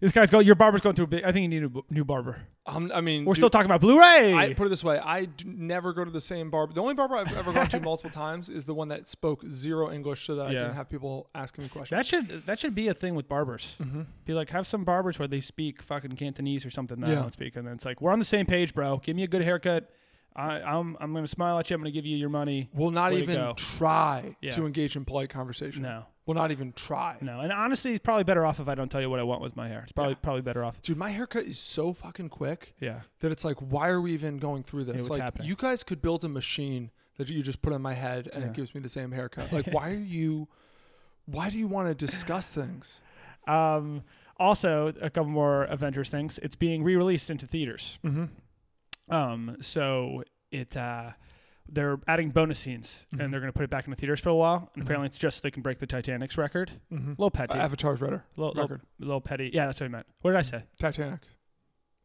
this guy's going. Your barber's going through a big. I think you need a b- new barber.
Um, I mean,
We're
dude,
still talking about Blu-ray.
I put it this way: I d- never go to the same barber. The only barber I've ever gone to multiple times is the one that spoke zero English, so that I
Yeah.
didn't have people asking me questions.
that should that should be a thing with barbers.
Mm-hmm.
Be like, have some barbers where they speak fucking Cantonese or something that I
Yeah.
don't speak, and then it's like, we're on the same page, bro. Give me a good haircut. I, I'm I'm gonna smile at you. I'm gonna give you your money.
will not
Way to
even
go.
try
Yeah.
to engage in polite conversation.
No.
will not even try.
No, and honestly, it's probably better off if I don't tell you what I want with my hair. It's probably probably better off.
Dude, my haircut is so fucking quick
Yeah.
that it's like, why are we even going through this?
what's
like,
happening?
you guys could build a machine that you just put on my head and it gives me the same haircut. Like, why are you? Why do you want to discuss things?
Um, also, a couple more Avengers things. It's being re-released into theaters. Mm-hmm. Um, so it uh, they're adding bonus scenes and they're going to put it back in the theaters for a while. And apparently, it's just so they can break the Titanic's record. Little petty.
Avatar's redder.
little, little,
record.
little petty. Yeah, that's what I meant. What did I say?
Titanic,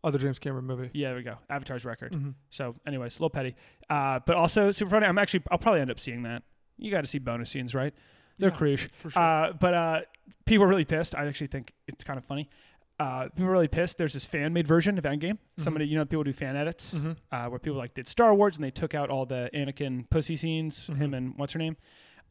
other James Cameron movie. Mm-hmm.
Yeah, there we go. Avatar's record. So, anyways, little petty. Uh, but also super funny. I'm actually I'll probably end up seeing that. You got to see bonus scenes, right? They're crucial. Uh, but uh, people are really pissed. I actually think it's kind of funny. Uh, people are really pissed. There's this fan made version of Endgame.
Mm-hmm.
Somebody, you know, people do fan edits uh, where people like did Star Wars and they took out all the Anakin pussy scenes,
Mm-hmm.
him and what's her name,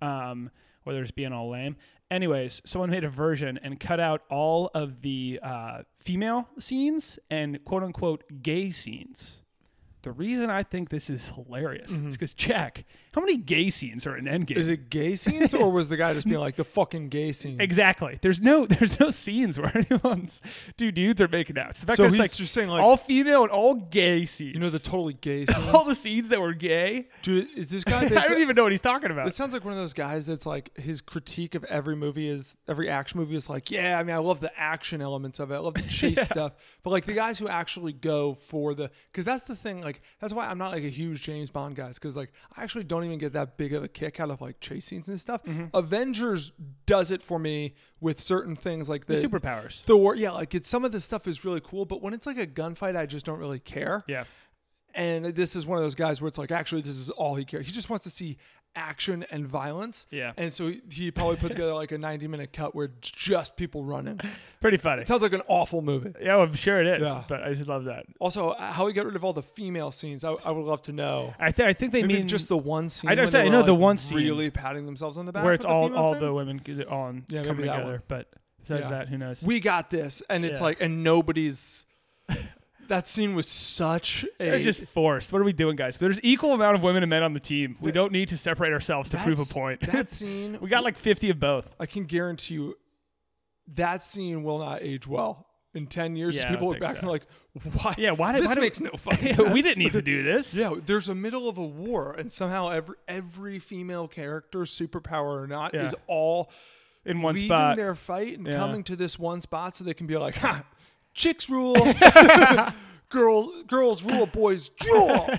um, where there's being all lame. Anyways, someone made a version and cut out all of the uh, female scenes and quote unquote gay scenes. The reason I think this is hilarious is because check how many gay scenes are in Endgame.
Mm-hmm. Is it gay scenes or was the guy just being like the fucking gay scenes?
Exactly. There's no there's no scenes where anyone's two dudes are making out. So, the fact
So
that it's
he's
like
just saying, like-
all female and all gay scenes.
You know the totally gay scenes.
all the scenes that were gay.
Dude, is this guy?
I don't even know what he's talking about.
This sounds like one of those guys that's like his critique of every movie is every action movie is like, yeah, I mean, I love the action elements of it. I love the chase stuff. But like the guys who actually go for the, because that's the thing. Like that's why I'm not like a huge James Bond guy. Because like I actually don't even get that big of a kick out of like chase scenes and stuff.
Mm-hmm.
Avengers does it for me with certain things like the,
superpowers.
Thor, yeah, like it's some of this stuff is really cool, but when it's like a gunfight, I just don't really care.
yeah.
And this is one of those guys where it's like, actually, this is all he cares. He just wants to see action and violence.
Yeah.
And so he- he probably put together like a 90 minute cut where it's just people running.
Pretty funny.
It sounds like an awful movie.
yeah, well, I'm sure it is.
Yeah.
But I just love that.
Also, how he got rid of all the female scenes, I, I would love to know.
I think I think they
Maybe
mean
just the one scene.
I know-
where they
I
were,
know the
like,
one scene.
really patting themselves on the back
where it's
with the
all
female
all
thing?
the women all on
Yeah, maybe
coming
that
together.
one.
But says
Yeah.
that who knows?
we got this and it's
Yeah.
like and nobody's that scene was such a
They're just forced. What are we doing, guys? There's equal amount of women and men on the team. We don't need to separate ourselves to prove a
that's-
point.
that scene
we got like 50 of both.
i can guarantee you that scene will not age well in 10 years
Yeah, I
people
don't
look
think
back
so.
and like why
Yeah, why did
this
why did-
makes no fucking
Yeah,
sense
We didn't need to do this.
yeah there's a middle of a war and somehow every every female character superpower or not
Yeah.
is all
in one
leaving
spot.
their fight and
Yeah.
coming to this one spot so they can be like ha chicks rule girl girls rule boys drool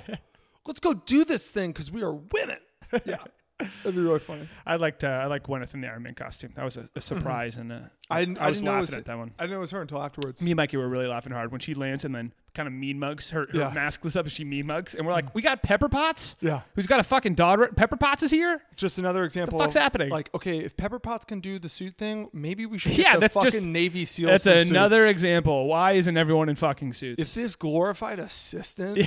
let's go do this thing because we are women yeah that'd be really funny
I liked uh, I liked Gwyneth in the Iron Man costume. That was a, a surprise, and uh,
Mm-hmm. I,
I,
didn't-
was
didn't know it
laughing
was-
at that one.
I didn't know it was her until afterwards.
Me and Mikey were really laughing hard when she lands and then kind of mean mugs her, her
Yeah. Mm.
mask lifts up and she mean mugs, and we're like, we got Pepper Potts.
Yeah.
who's got a fucking daughter? Pepper Potts is here.
Just another example.
fuck's
of,
happening?
Like, okay, if Pepper Potts can do the suit thing, maybe we should get
Yeah,
the
that's
fucking
just-
Navy SEALs.
That's another example. Why isn't everyone in fucking suits?
If this glorified assistant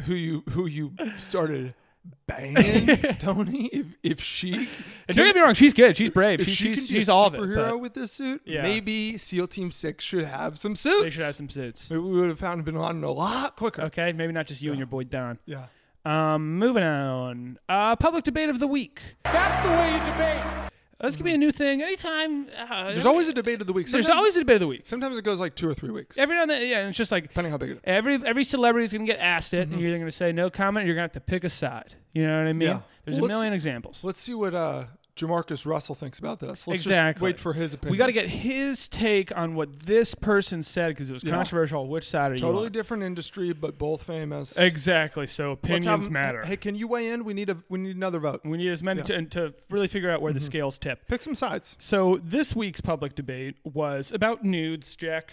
who you who you started banging, Tony. If if she
And don't get me wrong, she's good. She's brave.
if
She,
she
she's
can be
she's
a
all of it.
superhero
but
with this suit,
Yeah.
maybe SEAL Team Six should have some suits.
They should have some suits.
Maybe we would have found Bin Laden a lot quicker.
Okay, maybe not just you and your boy Don.
Yeah.
Um, moving on. Uh, public debate of the week. That's the way you debate. This could be a new thing. Anytime. Uh,
There's always a debate of the week.
There's
Sometimes-
always a debate of the week.
Sometimes it goes like two or three weeks,
Every now and then, yeah, and it's just like
depending how big it is. Mm-hmm.
every every celebrity is gonna get asked it, and you're either gonna say no comment, or you're gonna have to pick a side. You know what I mean?
Yeah.
There's
Well,
a
let's-
million examples.
Let's see what uh, Jamarcus Russell thinks about this. Let's just
exactly.
wait for his opinion.
We got to get his take on what this person said because it was
Yeah.
controversial. Which side are you
totally
on?
different industry, but both famous.
Exactly. So
Let's
opinions
have him-
matter.
Hey, can you weigh in? We need a we need another vote.
we need as many to, to really figure out where
Mm-hmm.
the scales tip.
Pick some sides.
So this week's public debate was about nudes, Jack.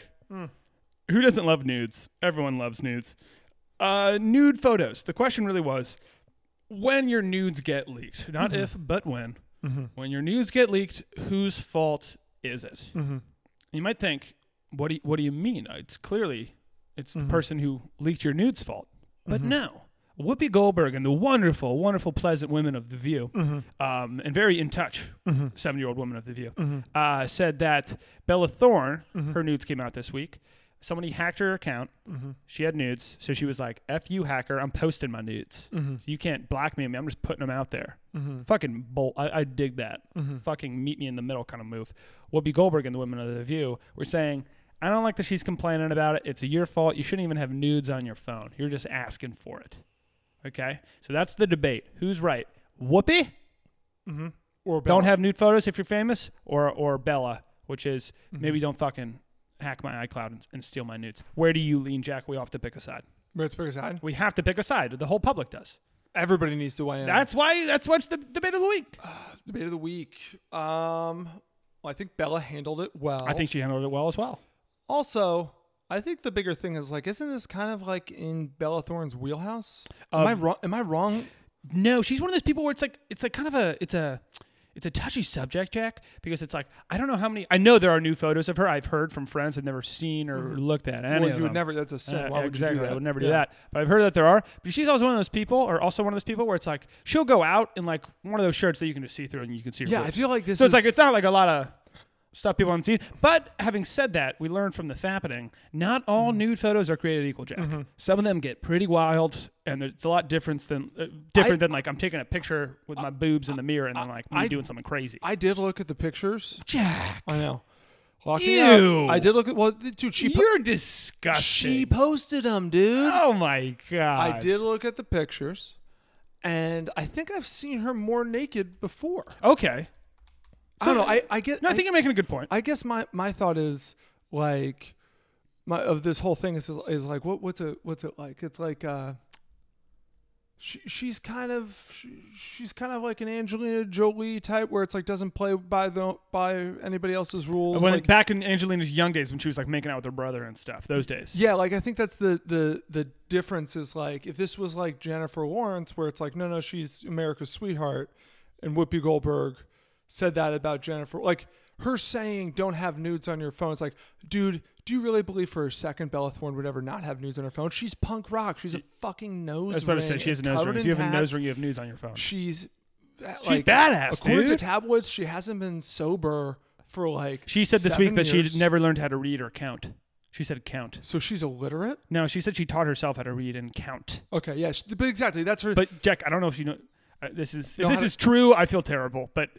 Who doesn't love nudes? Everyone loves nudes. Uh, nude photos. The question really was when your nudes get leaked, not if, but when. When your nudes get leaked, whose fault is it? You might think, what do you, what do you mean? Uh, It's clearly it's the person who leaked your nudes' fault. But no. Whoopi Goldberg and the wonderful, wonderful, pleasant women of The View, um, and very in touch, 7 year old woman of The View, uh, said that Bella Thorne, her nudes came out this week. Somebody hacked her account. She had nudes. So she was like, F you, hacker. I'm posting my nudes. You can't blackmail me. I'm just putting them out there. Fucking bolt. I, I dig that. Fucking meet me in the middle kind of move. Whoopi Goldberg and the women of The View were saying, I don't like that she's complaining about it. It's your fault. You shouldn't even have nudes on your phone. You're just asking for it. Okay? So that's the debate. Who's right? Whoopi?
Or
Don't have nude photos if you're famous, or or Bella, which is maybe don't fucking hack my iCloud and, and steal my nudes. Where do you lean, Jack? We all have to pick a side.
We have to pick a side.
We have to pick a side. The whole public does.
Everybody needs to weigh in.
That's why. That's what's the debate of the week.
debate of the week. Um, well, I think Bella handled it well.
I think she handled it well as well.
also. I think the bigger thing is like, isn't this kind of like in Bella Thorne's wheelhouse? am I wrong? Am I wrong?
No, she's one of those people where it's like it's like kind of a it's a it's a touchy subject, Jack, because it's like I don't know how many. I know there are new photos of her. I've heard from friends I've never seen or looked at. Any
Mm-hmm. Well,
of
you would
them.
never. That's a sin.
Uh,
Why would
exactly.
you do that?
I would never do
Yeah.
that. But I've heard that there are. But she's also one of those people, or also one of those people where it's like she'll go out in like one of those shirts that you can just see through and you can see. Her
Yeah, I
boobs.
feel like this
So it's like
is-
it's not like a lot of stuff people haven't seen. But having said that, we learned from the fapping. Not all
Mm-hmm.
nude photos are created equal, Jack. Some of them get pretty wild, and there's- it's a lot different than uh, different than like I'm taking a picture with my boobs in the mirror and then like me
I-
doing something crazy.
I did look at the pictures.
Jack,
I know. Lock me
Ew.
up. I did look at. Well, th- dude, she po-
you're disgusting.
she posted them, dude.
oh my god.
I did look at the pictures, and I think I've seen her more naked before.
Okay.
I don't know. I, I get.
No, I think you're making a good point.
I guess my my thought is like my of this whole thing is is like what what's it what's it like? It's like uh she, she's kind of she, she's kind of like an Angelina Jolie type where it's like doesn't play by the by anybody else's rules.
when
like,
back in Angelina's young days when she was like making out with her brother and stuff. Those days.
yeah, like I think that's the the the difference is like if this was like Jennifer Lawrence where it's like no no she's America's sweetheart and Whoopi Goldberg said that about Jennifer like her saying don't have nudes on your phone it's like dude do you really believe for a second Bella Thorne would ever not have nudes on her phone she's punk rock she's a fucking nose
I was about to say she has a nose ring. If you have a nose ring, you have news on your phone.
she's uh,
She's
like,
badass,
according
dude.
to tabloids she hasn't been sober for like
She said this week
seven
that she
years.
she never learned how to read or count. She said count.
so she's illiterate
No, she said she taught herself how to read and count.
okay yeah she- but exactly that's her
But Jack, I don't know if you know. Uh, this is if
No,
this
how to-
is true. I feel terrible, but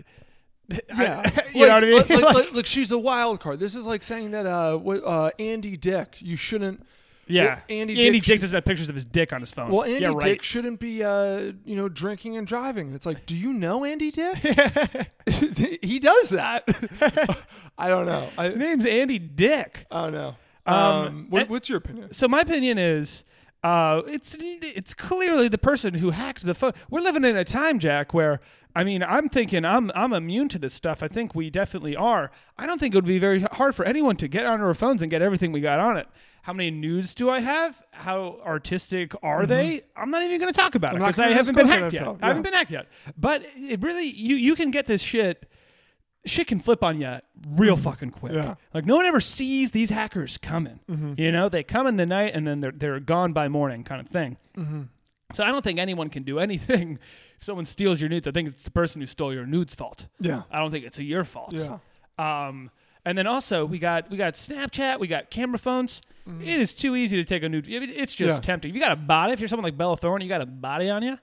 Yeah,
you know what I mean?
Like,
Like-
like- like, she's a wild card. This is like saying that uh, wh- uh Andy Dick, you shouldn't.
yeah,
Andy
Andy
Dick
Dick
should-
doesn't have pictures of his dick on his phone.
Well, Andy
yeah, right.
Dick shouldn't be, uh, you know, drinking and driving. And it's like, do you know Andy Dick? he does that. I don't know.
his
I,
name's Andy Dick.
I don't know. Um,
Um,
what,
and-
what's your opinion?
so my opinion is uh, it's it's clearly the person who hacked the phone. We're living in a time, Jack, where I mean, I'm thinking I'm I'm immune to this stuff. I think we definitely are. I don't think it would be very hard for anyone to get on our phones and get everything we got on it. How many nudes do I have? How artistic are they? I'm not even going to talk about it
Mm-hmm. not
because
gonna
I haven't been
discuss it
hacked yet.
until-
I haven't
yeah.
been hacked yet. But it really, you you can get this shit shit can flip on you real fucking quick.
Mm-hmm. Yeah. Mm-hmm.
Like no one ever sees these
Mm-hmm.
hackers coming. You know, they come in the night and then they're they're gone by morning, kind of thing. So I don't think anyone can do anything. If someone steals your nudes, I think it's the person who stole your nudes' fault.
Yeah.
I don't think it's your fault.
Yeah.
Um, and then also we got we got Snapchat, we got camera phones. It is too easy to take a nude. it- It's just
Mm-hmm. Yeah.
tempting. If you got a body, if you're someone like Bella Thorne, you got a body on you.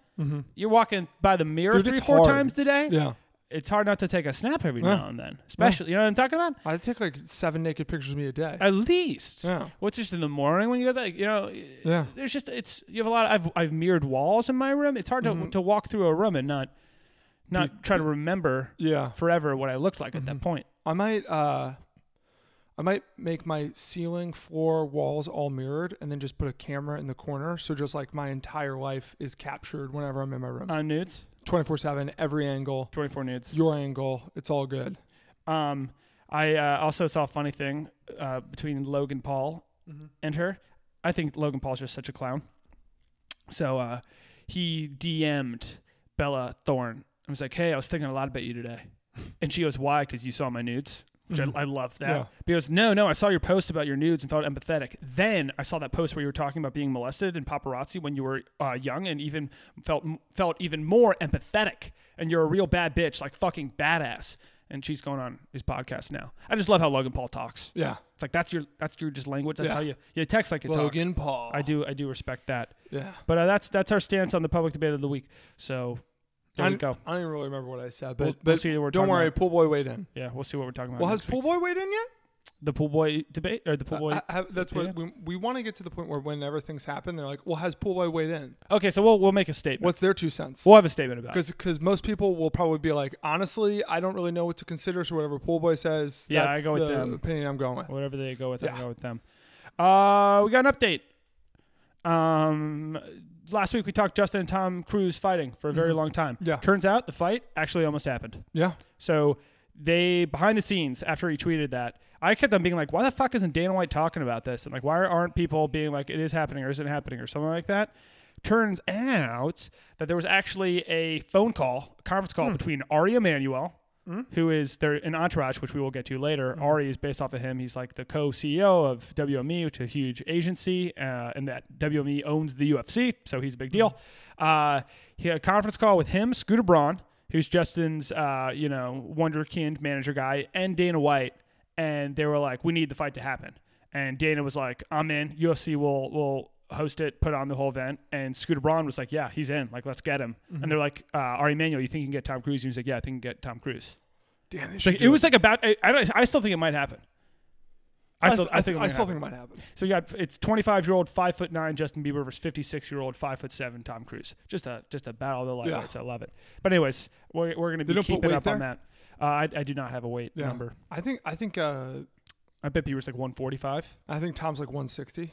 You're walking by the mirror
Mm-hmm. Dude,
three,
it's
four
hard.
times today.
Yeah.
It's hard not to take a snap every now and then, especially. You know what I'm talking about?
I take like seven naked pictures of me a day.
At least.
Yeah.
What's just in the morning when you go there? You know.
Yeah.
There's just it's you have a lot. Of, I've I've mirrored walls in my room. It's hard
Mm-hmm.
to to walk through a room and not not try to remember
yeah.
forever what I looked like at
Mm-hmm.
that point.
I might uh I might make my ceiling, floor, walls all mirrored and then just put a camera in the corner so just like my entire life is captured whenever I'm in my room.
On Uh, nudes,
24/7 every angle,
24 nudes.
your angle, it's all good.
Um, I uh, also saw a funny thing uh, between Logan Paul and her. I think Logan Paul's just such a clown. So uh, he DM'd Bella Thorne and was like, "Hey, I was thinking a lot about you today," and she goes, "Why? Because you saw my nudes." Which I, I love that.
Yeah.
But he goes, "No, no, I saw your post about your nudes and felt empathetic. Then I saw that post where you were talking about being molested and paparazzi when you were uh, young, and even felt felt even more empathetic. And you're a real bad bitch, like fucking badass." And she's going on his podcast now. I just love how Logan Paul talks.
Yeah.
It's like that's your that's your just language. That's
Yeah.
how you you text like you talk.
Logan Paul.
I do I do respect that.
Yeah.
But uh, that's that's our stance on the public debate of the week. So there
I,
we go.
I don't even really remember what I said, but,
We'll-
but
we'll see what we're
don't
talking
worry,
about.
pool boy weighed in.
Yeah, we'll see what we're talking about.
Well, has
next
pool
week.
boy weighed in yet?
the pool boy debate or the pool boy?
I, I have, that's
yeah.
what we, we want to get to the point where whenever things happen, they're like, well, has pool boy weighed in?
okay, so we'll we'll make a statement.
What's their two cents?
we'll have a statement about. it.
Because most people will probably be like, honestly, I don't really know what to consider. So whatever pool boy says,
Yeah, I
that's
go with
the
them.
opinion I'm going with.
Whatever they go with, I
Yeah.
go with them. Uh, we got an update. Um, last week we talked Justin and Tom Cruise fighting for a very long time.
Mm-hmm. Yeah.
Turns out the fight actually almost happened.
Yeah,
So they behind the scenes after he tweeted that, I kept on being like, why the fuck isn't Dana White talking about this? And like, why aren't people being like, it is happening or isn't happening or something like that? Turns out that there was actually a phone call, a conference call between Ari Emanuel, who is there an entourage, which we will get to later. Ari is based off of him. He's like the co-CEO of WME, which is a huge agency, uh, and that WME owns the UFC, so he's a big deal. Uh, he had a conference call with him, Scooter Braun, who's Justin's, uh, you know, wonderkind manager guy, and Dana White, and they were like, "We need the fight to happen." And Dana was like, "I'm in. UFC will will host it, put on the whole event." And Scooter Braun was like, "Yeah, he's in. Like, let's get him." And they're like, uh, "Ari Emanuel, you think you can get Tom Cruise?" And he was like, "Yeah, I think you can get Tom Cruise."
damn, they
It's like- it was like about. I, I, don't- I still think it might happen. I still, I, think, it
I
might
still
happen.
think it might happen.
So you got it's 25 year old, five foot nine Justin Bieber versus 56 year old, five foot seven Tom Cruise. Just a just a battle of the lightweights. I love it. But anyways, we're, we're going to be
don't put
keeping
weight
up on
there?
that. Uh, I, I do not have a weight
Yeah.
number.
I think I think uh,
I bet Bieber's like 145.
I think Tom's like 160,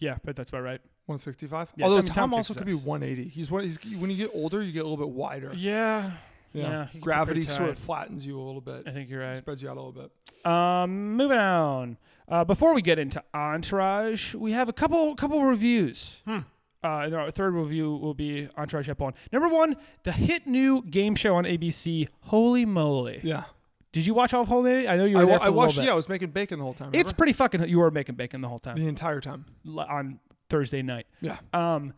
Yeah, but that's about right.
165.
Yeah,
Although
I mean, Tom
Tom, also
kicks
could be
ass.
180. He's one. He's, when you get older, you get a little bit wider.
Yeah, yeah, he gets
gravity
pretty
sort of
tight.
flattens you a little bit,
I think you're right.
spreads you out a little bit.
Um, moving on. Uh, before we get into Entourage, we have a couple couple reviews.
Hmm.
Uh, and our third review will be Entourage Up On. Number one, the hit new game show on ABC. Holy moly!
Yeah,
Did you watch all of Holy? I know you were
I,
there
wa-
for
I
a little
watched.
bit.
Yeah, I was making bacon the whole time.
it's
remember?
pretty fucking. You were making bacon the whole time
the entire time.
l- on Thursday night.
Yeah, Mm-hmm.
Um,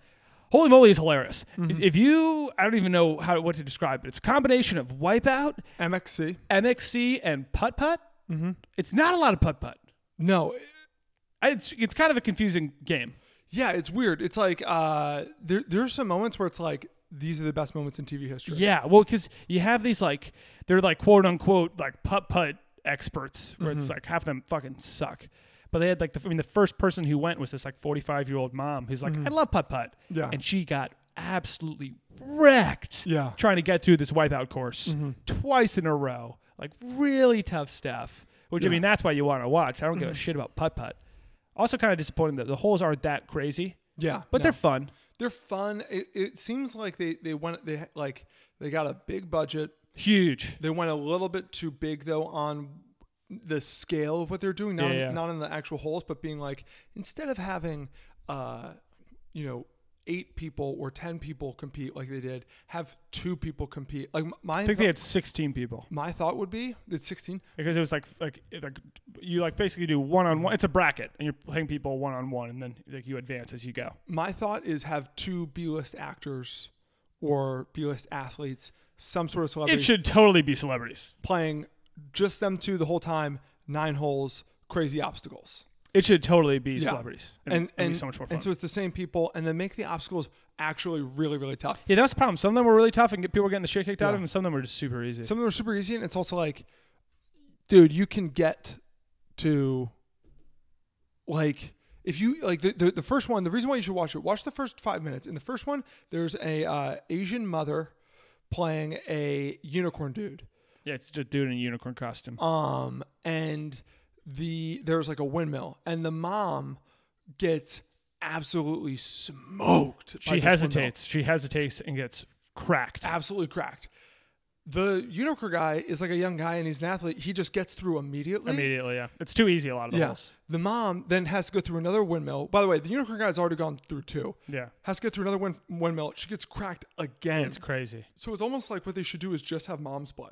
Holy moly is hilarious. If you, I don't even know how what to describe it. It's a combination of Wipeout,
MXC.
MXC, and Putt Putt.
Mm-hmm.
It's not a lot of Putt Putt.
No,
I- it's it's kind of a confusing game.
Yeah, it's weird. It's like uh, there there are some moments where it's like these are the best moments in TV history.
Yeah, well, because you have these like they're like quote unquote like putt putt experts, where
Mm-hmm.
it's like half of them fucking suck. But they had like the I mean the first person who went was this like forty five year old mom who's like I love putt putt,
Mm-hmm. Yeah.
and she got absolutely wrecked,
Yeah. Mm-hmm.
trying to get through this wipeout course twice in a row, like really tough stuff. Which I mean that's why you want to watch. I don't
Mm-hmm.
give a shit about putt putt. Also, kind of disappointing that the holes aren't that crazy,
yeah,
but
no.
they're fun.
they're fun. It, it seems like they they went they like they got a big budget.
Huge.
They went a little bit too big though on the scale of what they're doing, not
Yeah, yeah.
not in the actual holes, but being like instead of having uh, you know. eight people or ten people compete like they did. Have two people compete. Like m- my
I think
thou-
they had 16 people
my thought would be it's sixteen.
because it was like like like you like basically do one on one. It's a bracket, and you're playing people one on one, and then like you advance as you go.
My thought is have two B-list actors or B-list athletes, some sort of celebrity
It should totally be celebrities.
playing just them two the whole time, nine holes, crazy obstacles.
It should totally be
Yeah.
celebrities.
And
it'd
and,
be so much more fun.
and so it's the same people, and then make the obstacles actually really really tough.
yeah, that's the problem. Some of them were really tough, and get- people were getting the shit kicked out of them. And some of them were just super easy.
Some of them are super easy, and it's also like, dude, you can get to like if you like the, the the first one. The reason why you should watch it, watch the first five minutes. In the first one, there's a uh, Asian mother playing a unicorn dude.
yeah, it's just a dude in a unicorn costume.
um and the there's like a windmill and the mom gets absolutely smoked by
she
this windmill.
hesitates. She hesitates and gets cracked.
absolutely cracked the unicorn guy is like a young guy and he's an athlete he just gets through immediately
Immediately, yeah. It's too easy a lot of the
yeah
holes.
the mom then has to go through another windmill by the way the unicorn guy's already gone through two
Yeah.
has to get through another wind, windmill she gets cracked again
It's crazy.
so it's almost like what they should do is just have moms play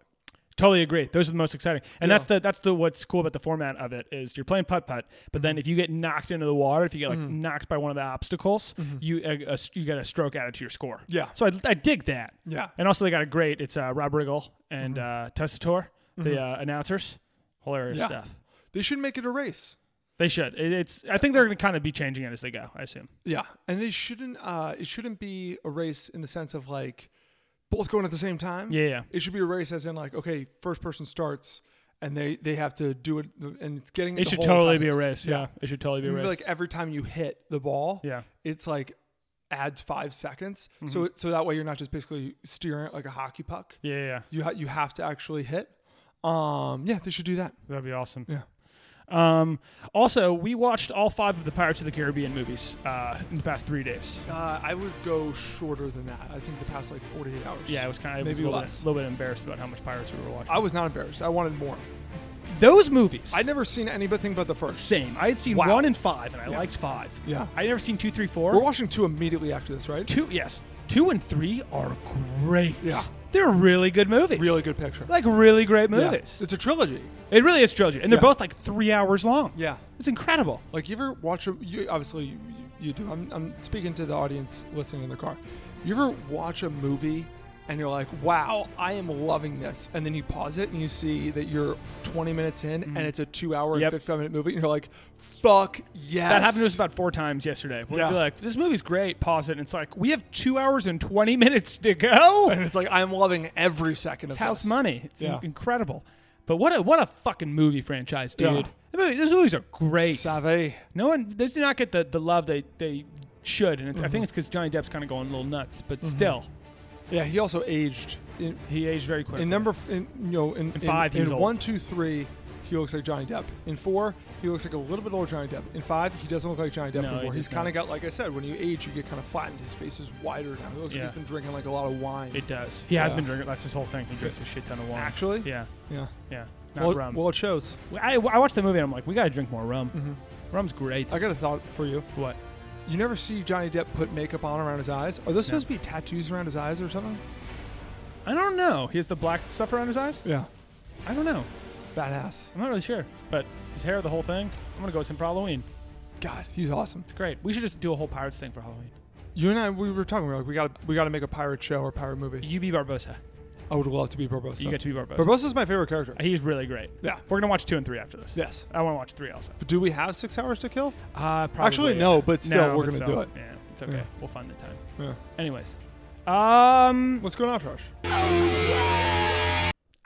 Totally agree. Those are the most exciting, and
Yeah.
that's the that's the what's cool about the format of it is you're playing putt putt, but
Mm-hmm.
then if you get knocked into the water, if you get like knocked by one of the obstacles, you a, a, you get a stroke added to your score.
Mm-hmm. Yeah.
So I, I dig that.
Yeah. Mm-hmm.
And also they got a great. It's uh, Rob Riggle and uh, Tessitore, the uh, announcers. Hilarious
Yeah.
stuff.
they should make it a race
They should. It, it's. I think they're going to kind of be changing it as they go. I assume.
Yeah, and they shouldn't. Uh, it shouldn't be a race in the sense of like both going at the same time.
Yeah, yeah.
It should be a race as in like okay, first person starts, and they they have to do it, and it's getting.
It
the
should
whole
totally be a
fastest.
race. Yeah. It should totally be a
Maybe,
race.
like every time you hit the ball,
Yeah. Mm-hmm.
it's like adds five seconds. So it- so that way you're not just basically steering it like a hockey puck.
yeah, yeah, yeah.
You ha- you have to actually hit. Um, yeah, they should do that.
That'd be awesome.
Yeah.
Um, also, we watched all five of the Pirates of the Caribbean movies uh, in the past three days.
Uh, I would go shorter than that. I think the past like 48 hours.
Yeah, I was kind of
Maybe
a little,
less.
Bit, little bit embarrassed about how much Pirates we were watching.
I was not embarrassed. I wanted more.
Those movies,
I'd never seen anything but the first.
same. I had seen
Wow.
one and five, and I liked five.
Yeah.
I never seen two, three, four.
We're watching two immediately after this, right?
two. Yes, two and three are great.
Yeah.
they're really good movies.
Really good picture.
like really great
Yeah.
movies.
It's a trilogy.
It really is trilogy, and they're
Yeah.
both like three hours long.
Yeah.
it's incredible.
Like, you ever watch a. You, obviously, you, you- you do. I'm, I'm speaking to the audience listening in the car. You ever watch a movie and you're like, wow, I am loving this. And then you pause it and you see that you're 20 minutes in and it's a two hour
Mm. Yep.
and 55 minute movie. And you're like, fuck yes.
That happened to us about four times yesterday. We'd
Yeah.
be like, this movie's great. Pause it. And it's like, we have two hours and 20 minutes to go.
And it's like, I'm loving every second of
It's house
this.
money. It's
Yeah.
incredible. But what a what a fucking movie franchise, dude.
Yeah.
The movie, those movies are great.
Save.
No one, they do not get the, the love they, they should. And it's,
Mm-hmm.
I think it's because Johnny Depp's kind of going a little nuts. But still,
Yeah, he also aged. in-
he aged very quickly.
In number, f- in, you know, in, in
five, he
in,
was old.
one, two, three, he looks like Johnny Depp. In four, he looks like a little bit older Johnny Depp. In five, he doesn't look like Johnny Depp
No, he
anymore. He's
does
kind
not.
of got, like I said, when you age, you get kind of flattened. His face is wider now. He looks
Yeah.
like he's been drinking like a lot of wine.
It does. He has
Yeah.
been drinking. That's his whole thing. He drinks a shit ton of wine.
Actually?
Yeah.
yeah.
Yeah. Not
Well,
rum.
well, it shows.
I, I watched the movie and I'm like, we got to drink more rum. Rum's great.
Mm-hmm. I got a thought for you.
what?
You never see Johnny Depp put makeup on around his eyes. Are those supposed to be tattoos around his eyes or something?
I don't know. He has the black stuff around his eyes?
Yeah.
I don't know.
Badass.
I'm not really sure. But his hair, the whole thing, I'm going to go with him for Halloween.
God, he's awesome.
It's great. We should just do a whole Pirates thing for Halloween.
You and I, we were talking. We were like, we got, we got to make a pirate show or pirate movie.
You be Barbosa.
I would love to be Barbosa.
You get to be Barbosa.
Barbosa's my favorite character.
He's really great.
Yeah.
We're going to watch two and three after this.
Yes.
I want to watch three also.
Do we have six hours to kill?
Uh, probably,
Actually,
yeah.
no, but still,
No,
we're
but
gonna
still,
do it.
Yeah, it's okay.
Yeah.
We'll find the time.
Yeah.
Anyways. Um,
What's going on, Tosh?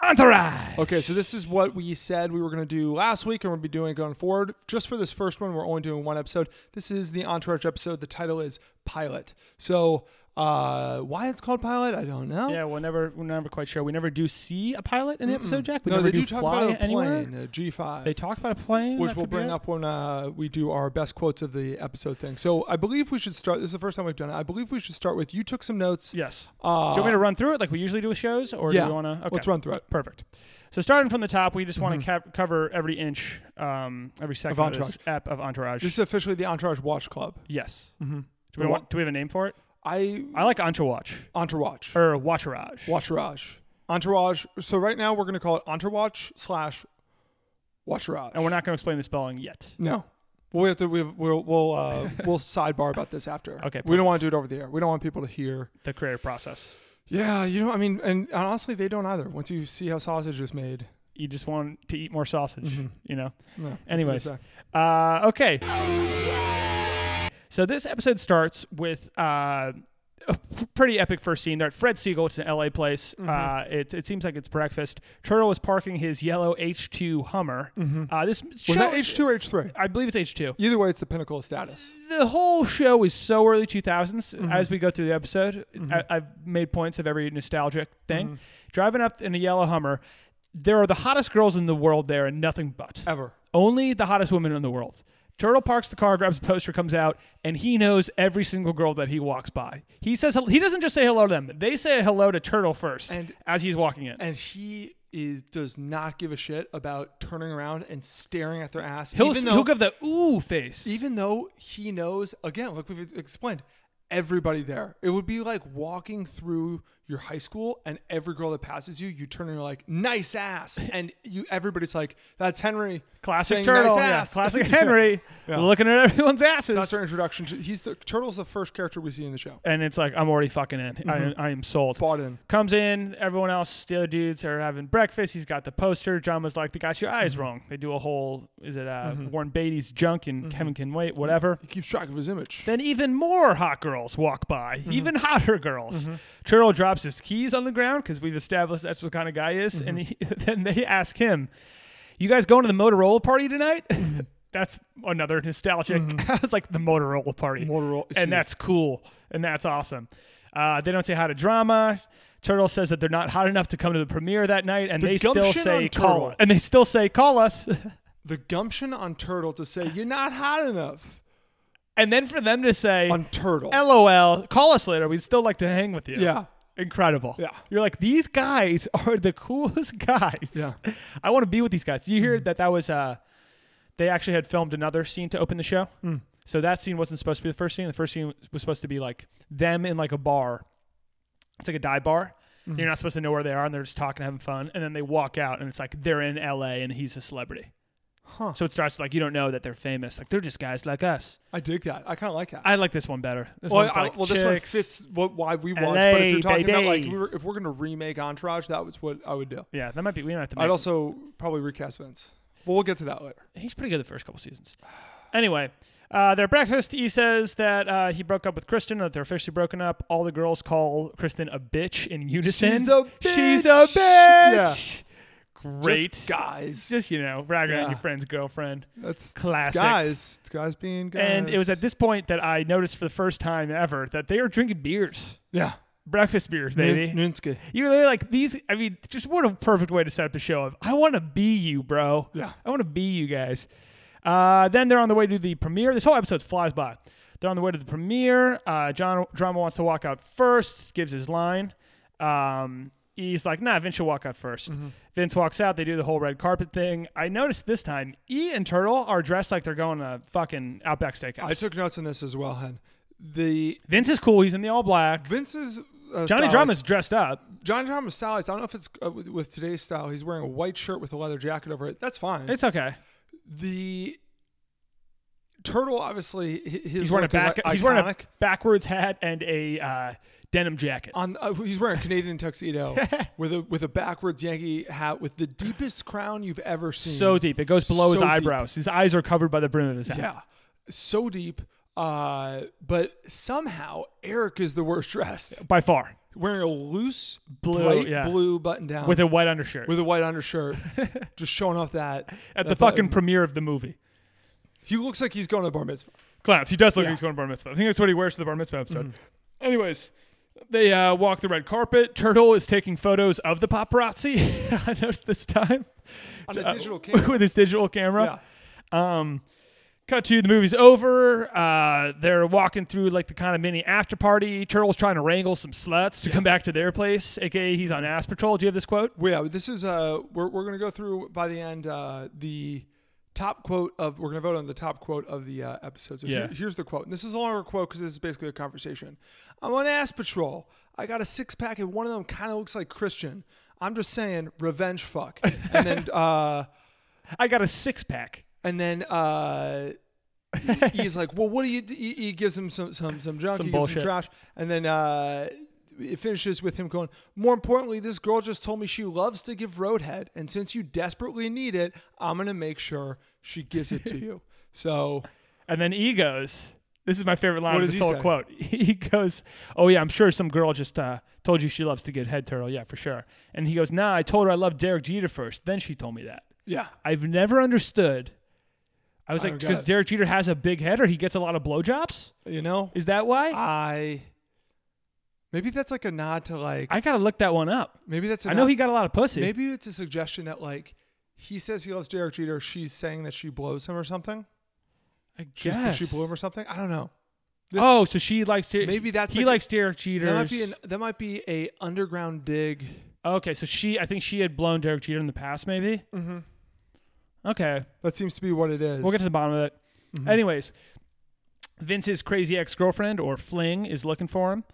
Entourage.
Okay, so this is what we said we were going to do last week, and we'll be doing it going forward. Just for this first one, we're only doing one episode. This is the Entourage episode. The title is Pilot. So, uh, why it's called Pilot, I don't know.
Yeah, we're never, we're never quite sure. We never do see a pilot in the episode, Jack. We
no,
never
they do, talk
fly
about a
anywhere.
plane, a G5.
They talk about a plane.
which
that
we'll
could be
bring
it.
up when uh, we do our best quotes of the episode thing. So I believe we should start. This is the first time we've done it. I believe we should start with you took some notes.
Yes.
Uh,
do you want me to run through it like we usually do with shows, or
yeah.
do you want to? Okay.
Let's run through it. Mm-hmm.
Perfect. So starting from the top, we just want to cap- cover every inch, um, every second of, this
Entourage.
app of Entourage.
This is officially Mm-hmm. the Entourage Watch Club.
yes. Do Do we, want, do we have a name for it?
I
I like Entourage
Entourage.
or Watcherage.
Watcherage. Entourage. So right now we're going to call it Entourage slash Watcherage.
and we're not going to explain the spelling yet.
No. We have to. We have, we'll we'll uh, we'll sidebar about this after.
Okay,
We don't want to do it over the air. We don't want people to hear.
The creative process.
Yeah, you know, I mean, and honestly, they don't either. Once you see how sausage is made,
You just want to eat more sausage, you know.
Mm-hmm. Yeah, that's what
Anyways,
it's like.
uh, okay. So this episode starts with uh, a p- pretty epic first scene. They're at Fred Siegel. It's an LA place.
Mm-hmm.
Uh, it, it seems like it's breakfast. Turtle is parking his yellow H2 Hummer. Uh, this
Mm-hmm. was that H two or H three?
I believe it's H2.
Either way, it's the pinnacle of status.
the whole show is so early 2000s as
Mm-hmm.
we go through the episode I, i've made points of every nostalgic thing
Mm-hmm.
driving up in a yellow hummer there are the hottest girls in the world there and nothing but
Ever.
only the hottest women in the world turtle parks the car grabs a poster comes out and he knows every single girl that he walks by he says he doesn't just say hello to them they say hello to turtle first
And-
as he's walking in
And he is does not give a shit about turning around and staring at their ass.
he'll,
even though,
he'll give the ooh face
even though he knows again, like we've explained, everybody there. It would be like walking through your high school and every girl that passes you, you turn and you're like, nice ass, and you everybody's like, that's Henry,
classic
saying
turtle
nice
yeah,
ass."
classic henry looking at everyone's asses
So that's our introduction to. He's the turtle's the first character we see in the show.
and it's like I'm already fucking in. I, am, I am sold.
Mm-hmm. Bought in.
Comes in, everyone else, the other dudes are having breakfast. He's got the poster. John was like, "They got your
Mm-hmm.
eyes wrong." They do a whole, is it uh, Warren Beatty's junk and
Mm-hmm.
Kevin can wait, whatever.
He keeps track of his image.
Then even more hot girls walk by,
Mm-hmm.
even hotter girls. Turtle drops his keys on the ground because we've established that's what kind of guy he is. And he,
Mm-hmm.
then they ask him, "You guys going to the Motorola party tonight?"
Mm-hmm.
that's another nostalgic. I was like the Motorola party,
Motorola-
and that's cool and that's awesome. Uh, they don't say hi to drama. Turtle says that they're not hot enough to come to the premiere that night, and
The
they still
gumption
say
on
call.
Turtle.
And they still say call us.
the gumption on Turtle to say you're not hot enough
and then for them to say
on Turtle.
LOL, call us later. We'd still like to hang with you.
Yeah.
Incredible.
Yeah.
You're like, these guys are the coolest guys.
Yeah. Mm.
I want to be with these guys. Do you hear that that was, uh, they actually had filmed another scene to open the show?
Mm.
So that scene wasn't supposed to be the first scene. The first scene was supposed to be like them in like a bar. It's like a dive bar.
Mm-hmm.
You're not supposed to know where they are and they're just talking, having fun. And then they walk out and it's like they're in LA and he's a celebrity. Huh. So it starts like you don't know that they're famous. Like they're just guys like us.
I dig that. I kind of like that.
I like this one better. This
well,
one's
I-
like
well, this one
chicks.
fits what why we watch. but if
LA,
you're talking about like
baby.
we were, if we're gonna remake Entourage, that was what I would do.
Yeah, that might be. We might have to. Make
I'd also probably recast Vince. But we'll get to that later.
He's pretty good the first couple seasons. Anyway, uh, their breakfast. He says that uh, he broke up with Kristen. That they're officially broken up. All the girls call Kristen a bitch in unison.
She's a
She's a
bitch.
bitch. Great
Just guys.
Just you know, ragging on
Yeah.
your friend's girlfriend.
That's
classic.
It's guys. It's guys being guys.
And it was at this point that I noticed for the first time ever that they are drinking beers,
yeah.
breakfast beers, baby.
Nuns- Nunske.
You're literally like these. I mean, just what a perfect way to set up the show. Of I want to be you, bro.
Yeah.
I want to be you guys. Uh, then they're on the way to the premiere. This whole episode flies by. They're on the way to the premiere. Uh, John Drama wants to walk out first. Gives his line. Um, he's like, Nah, Vince should walk out 1st
Mm-hmm.
Vince walks out. They do the whole red carpet thing. I noticed this time, E and Turtle are dressed like they're going to fucking Outback Steakhouse.
I took notes on this as well, Hen. The
Vince is cool. He's in the all black.
Vince's uh,
Johnny
stylist-
Drama's dressed up.
Johnny Drama's style. I don't know if it's uh, with, with today's style. He's wearing a white shirt with a leather jacket over it. That's fine.
It's okay.
the turtle. Obviously, hi- his
He's wearing a
look is
back.
i-
He's wearing a
iconic.
backwards hat and a uh, denim jacket.
on. Uh, he's wearing a Canadian tuxedo with a with a backwards Yankee hat with the deepest crown you've ever seen.
So deep, it goes below his
So deep.
eyebrows. His eyes are covered by the brim of his hat.
Yeah, so deep. Uh, but somehow Eric is the worst dressed,
by far,
wearing a loose
Blue,
bright
yeah.
blue button down
with a white undershirt.
with a white undershirt, just showing off that
at the
that
fucking
button.
premiere of the movie,
He looks like he's going to bar mitzvah.
clowns. He does look like
Yeah. Mm-hmm.
he's going to bar mitzvah. I think that's what he wears to the bar mitzvah episode. Anyways, they uh, walk the red carpet. Turtle is taking photos of the paparazzi. I noticed this time
on
Uh,
a digital camera.
with his digital camera. Um, cut to the movie's over. Uh, they're walking through like the kind of mini after party. Turtle's trying to wrangle some sluts to come back to their place, aka he's on ass patrol. Do you have this quote?
Well, yeah, this is uh, we're we're gonna go through by the end uh the Top quote of we're gonna vote on the top quote of the uh, episode. So here-
Yeah.
here's the quote, and this is a longer quote because this is basically a conversation. I'm on ass patrol. I got a six pack, and one of them kind of looks like Christian. I'm just saying, revenge fuck. And then, uh,
I got a six pack.
and then uh, he- he's like, "Well, what do you?" He, he gives him some some some junk,
Some
he gives
bullshit.
him trash, and then uh, it finishes with him going. More importantly, this girl just told me she loves to give roadhead, and since you desperately need it, I'm gonna make sure she gives it to you. So
And then he goes, this is my favorite line
What
of
does
this
he
whole
say?
quote. He goes, oh yeah, I'm sure some girl just uh, told you she loves to get head turtle. Yeah, for sure. And he goes, nah, I told her I loved Derek Jeter first. Then she told me that.
yeah,
I've never understood. I was
I
like,
don't get
because
it.
Derek Jeter has a big head or he gets a lot of blowjobs?
you know,
Is that why?
Uh, I maybe that's like a nod to like
I got to look that one up.
maybe that's a
I know
nod-
he got a lot of pussy.
maybe it's a suggestion that like he says he loves Derek Jeter, she's saying that she blows him or something.
I
She's,
guess.
She blew him or something. I don't know. This-
oh, so she likes Derek.
Maybe that's
he
like-
likes Derek Jeter.
That might be an, that might be a underground dig.
okay, so she, I think she had blown Derek Jeter in the past, maybe. Mm-hmm. Okay,
That seems to be what it is.
We'll get to the bottom of it.
Mm-hmm.
Anyways, Vince's crazy ex girlfriend or fling is looking for him.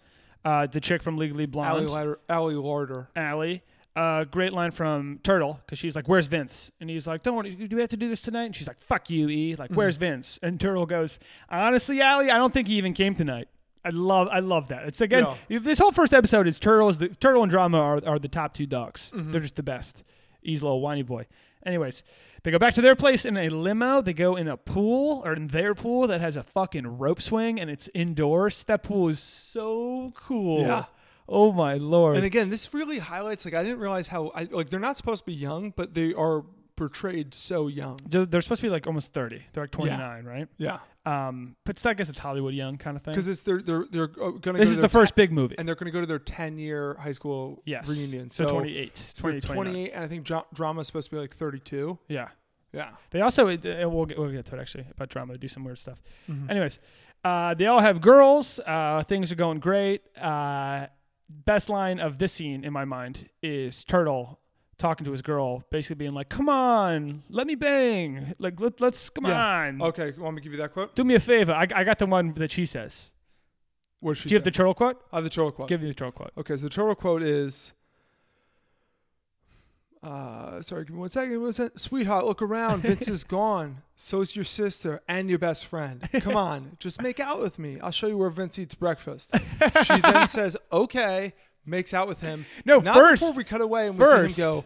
Uh, the chick from Legally
Allie
Blonde,
Larder. Allie Larder.
Allie. Uh, great line from Turtle because she's like, "Where's Vince?" And he's like, "Don't worry, do we have to do this tonight?" And she's like, "Fuck you, E." Like,
Mm-hmm.
"Where's Vince?" And Turtle goes, "Honestly, Allie, I don't think he even came tonight." I love, I love that. It's again,
Yeah.
if this whole first episode is Turtle is the Turtle and Drama are, are the top two dogs.
Mm-hmm.
They're just the best. He's a little whiny boy. Anyways, they go back to their place in a limo. They go in a pool or in their pool that has a fucking rope swing and it's indoors. That pool is so cool.
Yeah.
Oh my lord.
And again, this really highlights like I didn't realize how I like they're not supposed to be young, but they are portrayed so young.
They're, they're supposed to be like almost 30. They're like 29, right?
Yeah.
Um, but it's, I guess it's Hollywood Young kind of thing.
Because it's they're they're they're uh, gonna.
This
go
is
to
the
their
first
te-
big movie.
and they're gonna go to their ten year high school
yes.
reunion.
So,
So,
28.
they're
28.
28, and I think dra- drama is supposed to be like 32.
Yeah.
Yeah.
They also, uh, we'll, get, we'll get to it actually about drama. They do some weird stuff.
Mm-hmm.
Anyways, uh, they all have girls. Uh, things are going great. Uh, best line of this scene in my mind is Turtle talking to his girl, basically being like, come on, let me bang. Like, let, let's, come on.
Okay. Want me to give you that quote?
Do me a favor. I, I got the one that she says.
What did she
Do you have
say?
the turtle quote?
I have the turtle quote.
Give me the turtle quote.
Okay, so the total quote is. Uh, sorry, give me one second. One sec- Sweetheart, look around. Vince is gone. So's your sister and your best friend. Come on, just make out with me. I'll show you where Vince eats breakfast. She then says, "Okay," makes out with him.
No,
Not
first-
before we cut away and
first-
we see him go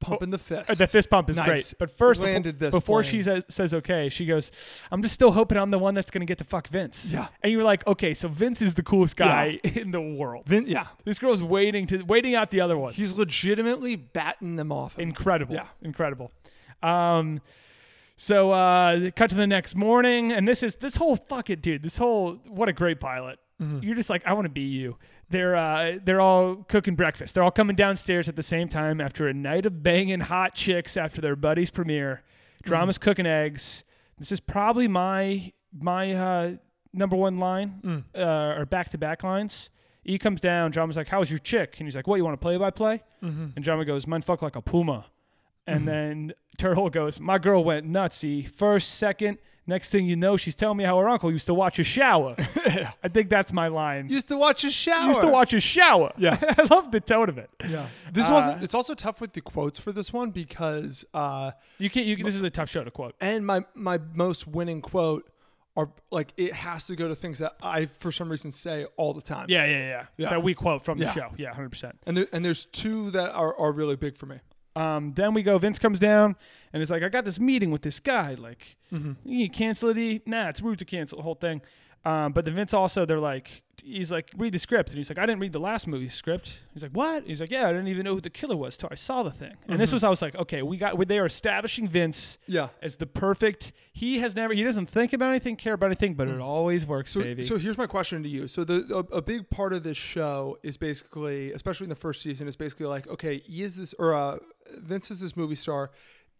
pumping the fist.
Uh, The fist pump is
Nice.
great, but first befo-
landed this
before
plane.
she says, says okay, she goes, "I'm just still hoping I'm the one that's gonna get to fuck Vince."
Yeah.
and you're like, okay, so Vince is the coolest guy in the world.
Vin- yeah,
This girl's waiting to waiting out the other ones.
he's legitimately batting them off. him.
incredible.
Yeah.
incredible. Um, so uh, cut to the next morning, and this is this whole fuck it, dude. This whole what a great pilot. You're just like I want to be you. They're uh, they're all cooking breakfast. They're all coming downstairs at the same time after a night of banging hot chicks after their buddy's premiere. Drama's cooking eggs. This is probably my my uh, number one line uh, or back to back lines. He comes down. Drama's like, "How was your chick?" And he's like, "What you want to play by play?" And Drama goes, "Mine fuck like a puma." And then Turtle goes, My girl went nutsy. First, second, next thing you know, she's telling me how her uncle used to watch her shower. I think that's my line.
used to watch his shower.
used to watch her shower. Yeah. I love the tone of it.
Yeah, this was. It's also tough with the quotes for this one because. uh
You can't, you, this is a tough show to quote.
and my my most winning quote are like it has to go to things that I for some reason say all the time.
Yeah, yeah, yeah.
Yeah.
That we quote from the
Yeah.
show. Yeah, 100%.
And there, and there's two that are, are really big for me.
Um, then we go, Vince comes down and is like, I got this meeting with this guy. Like,
Mm-hmm.
you can cancel it. E? Nah, it's rude to cancel the whole thing. Um, but the Vince also, they're like, he's like, read the script. And he's like, I didn't read the last movie script. He's like, what? He's like, yeah, I didn't even know who the killer was till I saw the thing. And
Mm-hmm.
this was, I was like, okay, we got, they are establishing Vince
Yeah.
as the perfect, he has never, he doesn't think about anything, care about anything, but it always works,
Mm. So
baby.
so here's my question to you. So the a, a big part of this show is basically, especially in the first season, is basically like okay, E is this or uh, Vince is this movie star,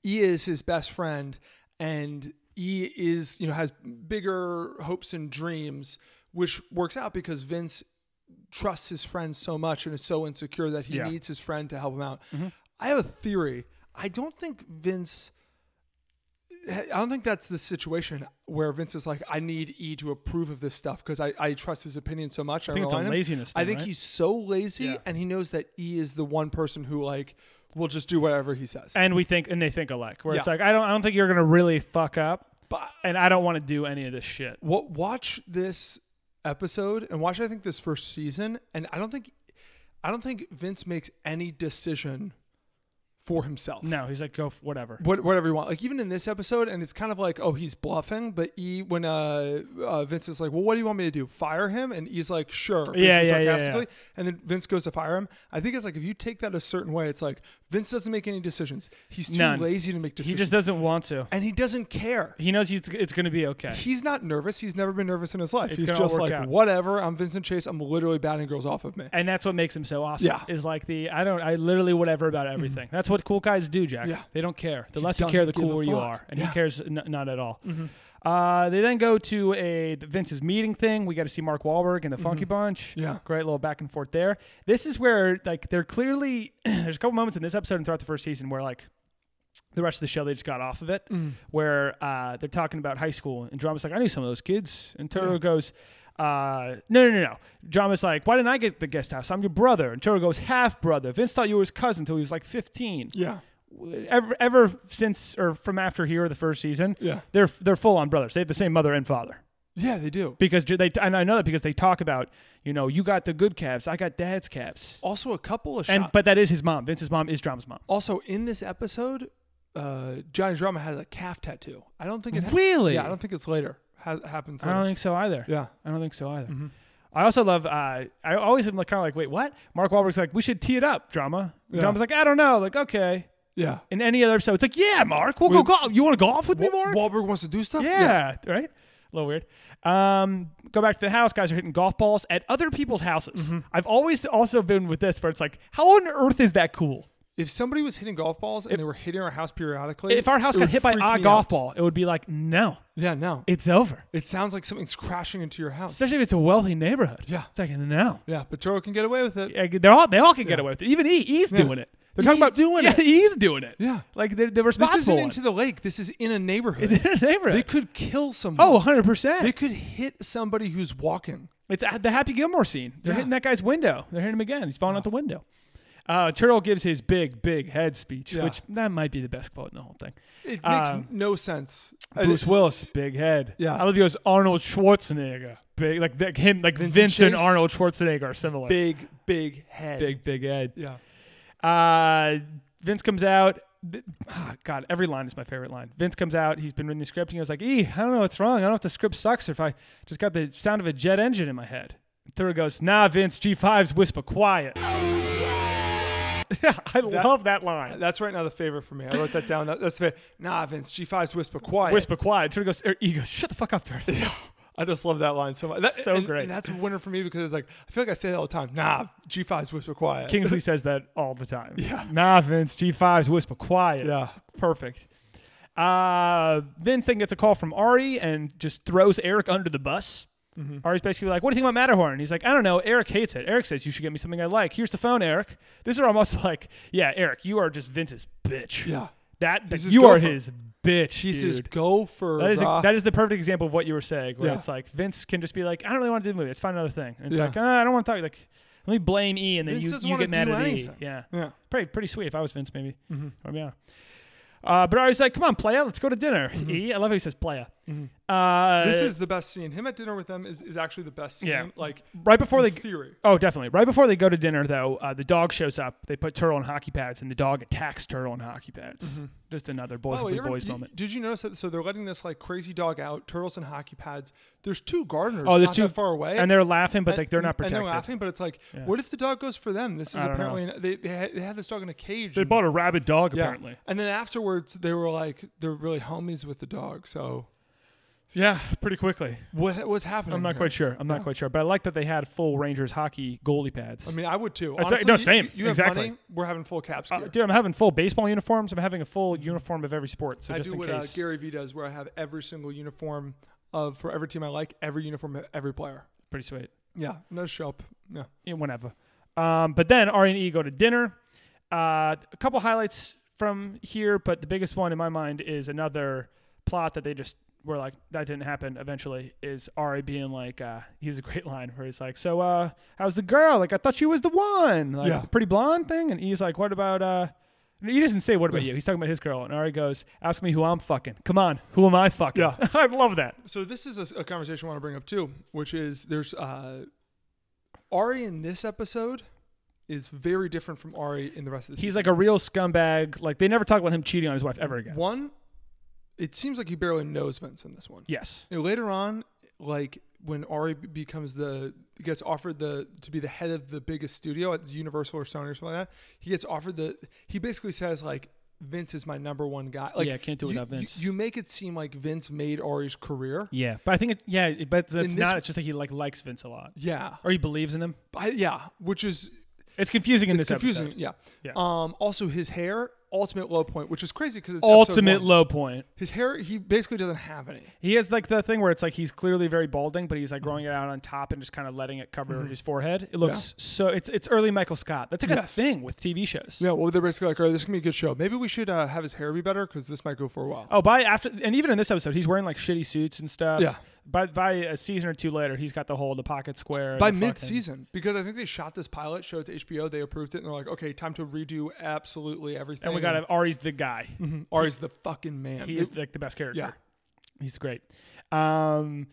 E is his best friend, and E is you know has bigger hopes and dreams, which works out because Vince trusts his friend so much and is so insecure that he
Yeah. Mm-hmm.
needs his friend to help him out. I have a theory. I don't think Vince I don't think that's the situation where Vince is like, I need E to approve of this stuff because I, I trust his opinion so much. I,
think it's
rely
a
on him."
laziness
I
thing,
think
right?
he's so lazy,
Yeah.
and he knows that E is the one person who like will just do whatever he says.
and we think and they think alike where it's
Yeah.
like i don't i don't think you're gonna really fuck up
But-
and i don't want to do any of this shit
what watch this episode and watch I think this first season, and I don't think I don't think Vince makes any decision for himself.
no he's like go f- whatever
what, whatever you want. Like even in this episode, and it's kind of like, oh, he's bluffing. But E, when uh, uh Vince is like, well, what do you want me to do? Fire him? And E's like, sure. basically
Yeah, yeah, yeah, yeah.
And then Vince goes to fire him. I think it's like if you take that a certain way, it's like Vince doesn't make any decisions. He's too
None.
lazy to make
he
decisions.
just doesn't want to
and he doesn't care.
he knows he's, it's gonna be okay
He's not nervous. He's never been nervous in his life.
It's
he's
gonna
just
work
like,
out.
whatever. I'm Vincent Chase. I'm literally batting girls off of me.
and that's what makes him so awesome
Yeah. Mm-hmm.
is like the i don't i literally whatever about everything that's what cool guys do jack
Yeah.
they don't care the less you care
doesn't
the
give a
cooler you
fuck.
are and he
Yeah. Mm-hmm.
cares n- not at all uh, they then go to a Vince's meeting thing. We got to see Mark Wahlberg and the Funky Bunch.
Mm-hmm. Yeah.
great little back and forth there. This is where like they're clearly there's a couple moments in this episode and throughout the first season where like the rest of the show they just got off of it
Mm.
where uh, they're talking about high school and drama's like i knew some of those kids and toro goes uh, no no no no drama's like why didn't i get the guest house i'm your brother and toro goes half brother vince thought you were his cousin until he was like 15
Yeah.
ever, ever since or from after here the first season
Yeah.
they're they're full on brothers they have the same mother and father
Yeah, they do.
because they and i know that because they talk about you know you got the good calves i got dad's calves
Also, a couple of
and
shots.
but that is his mom vince's mom is drama's mom
Also, in this episode, uh, Johnny Drama has a calf tattoo. I don't think it
Really?
Yeah, I don't think it's later. Ha- happens.
i
Later.
don't think so either
yeah, Mm-hmm.
I don't think so either. I also love. Uh, I always am like kind of like, wait, what? Mark Wahlberg's like, we should tee it up, drama. Drama's like, I don't know. Like, okay.
yeah.
In any other episode, it's like, yeah, Mark, we'll go
We-
golf. You want to golf with me, Mark?
Wahlberg wants to do stuff.
yeah, right. A little weird. Um, go back to the house. Guys are hitting golf balls at other people's houses.
Mm-hmm.
I've always also been with this, where it's like, how on earth is that cool?
If somebody was hitting golf balls and they were hitting our house periodically,
If our house
it
got
would
hit by
freak
a
me
golf
out.
ball, it would be like, no,
yeah, no, it,
it's over.
sounds like something's crashing into your house.
Especially if it's a wealthy neighborhood.
Yeah.
it's like no.
yeah, but Toro can get away with it.
Yeah, they all they all can get away with it. Even E, E's doing it. They're talking
E's
about
doing
yeah,
it.
E's doing it.
Yeah.
like they're, they're
This
responsible.
isn't
one.
into the lake. This is in a neighborhood.
It's in a neighborhood.
They could kill someone.
oh, 100 percent.
they could hit somebody who's walking.
It's at the Happy Gilmore scene. They're
Yeah.
hitting that guy's window. They're hitting him again. He's falling out the window. Uh, Turtle gives his big, big head speech,
Yeah.
which that might be the best quote in the whole thing.
It makes
Um,
no sense. I-
Bruce Willis, big head.
Yeah.
I love he goes Arnold Schwarzenegger, big like, like him, like Vince, and
Chase?
Arnold Schwarzenegger are similar.
Big, big head.
big, big head.
Yeah.
Uh, Vince comes out. Th- ah, God, every line is my favorite line. Vince comes out. He's been reading the script. And he was like, "E, I don't know what's wrong. I don't know if the script sucks or if I just got the sound of a jet engine in my head." And Thurber goes, "Nah, Vince. G5's whisper quiet." Yeah, I love that line.
That's right now the favorite for me. I wrote that down. That, that's the favorite. Nah, Vince, G5's whisper quiet.
Whisper quiet. Turner goes. Er, e goes. Shut the fuck up, Turner.
I just love that line so much. That,
So
and-
great.
and that's a winner for me because it's like, I feel like I say that all the time. Nah, G5's whisper quiet.
Kingsley says that all the time. Yeah. Nah, Vince. G5's whisper quiet.
Yeah.
Perfect. Uh, Vince then gets a call from Ari and just throws Eric under the bus.
Mm-hmm.
Ari's basically like, "What do you think about Matterhorn?" He's like, "I don't know." Eric hates it. Eric says, "You should get me something I like." Here's the phone, Eric. These are almost like, "Yeah, Eric, you are just Vince's bitch."
Yeah.
That, that
He's his
you are
gopher.
his bitch.
He says,
dude.
go for
That is a,
brah."
that is the perfect example of what you were saying, where
Yeah.
it's like Vince can just be like, "I don't really want to do the movie. Let's find another thing." And it's
Yeah.
like, "Ah, "I don't want to talk." Like, let me blame E, and then
Vince
you,
doesn't
you
wanna
get mad
do
at
anything.
E. Yeah,
Yeah. Mm-hmm.
pretty pretty sweet. If I was Vince, maybe. Or yeah. Uh, but Ari's like, "Come on, playa, let's go to dinner." E, I love how he says playa. Uh,
Mm-hmm. This is the best scene. Him at dinner with them is, is actually the best scene.
Yeah.
Like,
right before
in
they
theory.
Oh, definitely. Right before they go to dinner, though, uh, the dog shows up. They put Turtle on hockey pads, and the dog attacks Turtle on hockey pads.
Mm-hmm.
Just another boys
Oh,
will
you
be
ever-
boys
you-
moment.
Did you notice that? So they're letting this like crazy dog out, turtles and hockey pads. There's two gardeners.
Oh, there's
not
two
that far away,
and they're laughing, but
And-
like they're not
And
protected.
they're laughing, but it's like, what if the dog goes for them? This is
I don't
apparently they, they had, they had this dog in a cage.
They
and-
bought a rabid dog,
Yeah.
apparently.
And then afterwards, they were like, they're really homies with the dog. So
Yeah, pretty quickly.
what what's happening?
I'm not
here?
quite sure. I'm not quite sure. But I like that they had full Rangers hockey goalie pads.
I mean, I would too.
That's right.
Honestly,
No,
you-
same.
You, you have
Exactly.
money. We're having full caps.
Uh,
gear.
dude, I'm having full baseball uniforms. I'm having a full uniform of every sport. So
Mm-hmm. I
just
do
in
what uh,
case.
Gary Vee does, where I have every single uniform of for every team I like, every uniform of every player.
pretty sweet.
Yeah, no show up. Yeah,
Yeah, whenever. Um, but then Ari and E go to dinner. Uh, a couple highlights from here, but the biggest one in my mind is another plot that they just were like that didn't happen eventually is Ari being like uh he's a great line where he's like so uh how's the girl like I thought she was the one like
Yeah.
the pretty blonde thing and he's like what about uh he doesn't say what about you he's talking about his girl and Ari goes ask me who I'm fucking come on who am I fucking
Yeah.
I love that
So this is a, a conversation I want to bring up too, which is there's uh, Ari in this episode is very different from Ari in the rest of the
he's like a real scumbag like they never talk about him cheating on his wife ever again
One, it seems like he barely knows Vince in this one.
yes
And later on, like when Ari b- becomes the gets offered the to be the head of the biggest studio at Universal or Sony or something like that, he gets offered the. He basically says like. Vince is my number one guy. Like,
Yeah, can't do it
you-
without Vince.
You, you make it seem like Vince made Ari's career.
yeah but I think it yeah it- but that's
In this-
not it's just like he like likes Vince a lot
Yeah,
or he believes in him
I, yeah, which is
it's confusing in
it's
this
confusing.
episode
Yeah.
Yeah.
Um. Also, his hair, ultimate low point, which is crazy because
ultimate low point
His hair, he basically doesn't have any.
He has like the thing where it's like he's clearly very balding, but he's like growing it out on top and just kind of letting it cover
Mm-hmm.
his forehead. It looks so it's it's early Michael Scott. That's like a
Yes.
thing with TV shows.
Yeah. Well, they're basically like, "Oh, this can be a good show. Maybe we should uh, have his hair be better because this might go for a while."
Oh, by after and even in this episode, he's wearing like shitty suits and stuff.
Yeah.
But by a season or two later, he's got the whole the pocket square and
By
the fucking-
mid-season, because I think they shot this pilot, showed it to HBO, they approved it, and they're like, "Okay, time to redo absolutely everything."
And we got to Ari's the guy.
Ari's the fucking man.
He
Mm-hmm. It-
is like the best character.
yeah.
He's great. Um,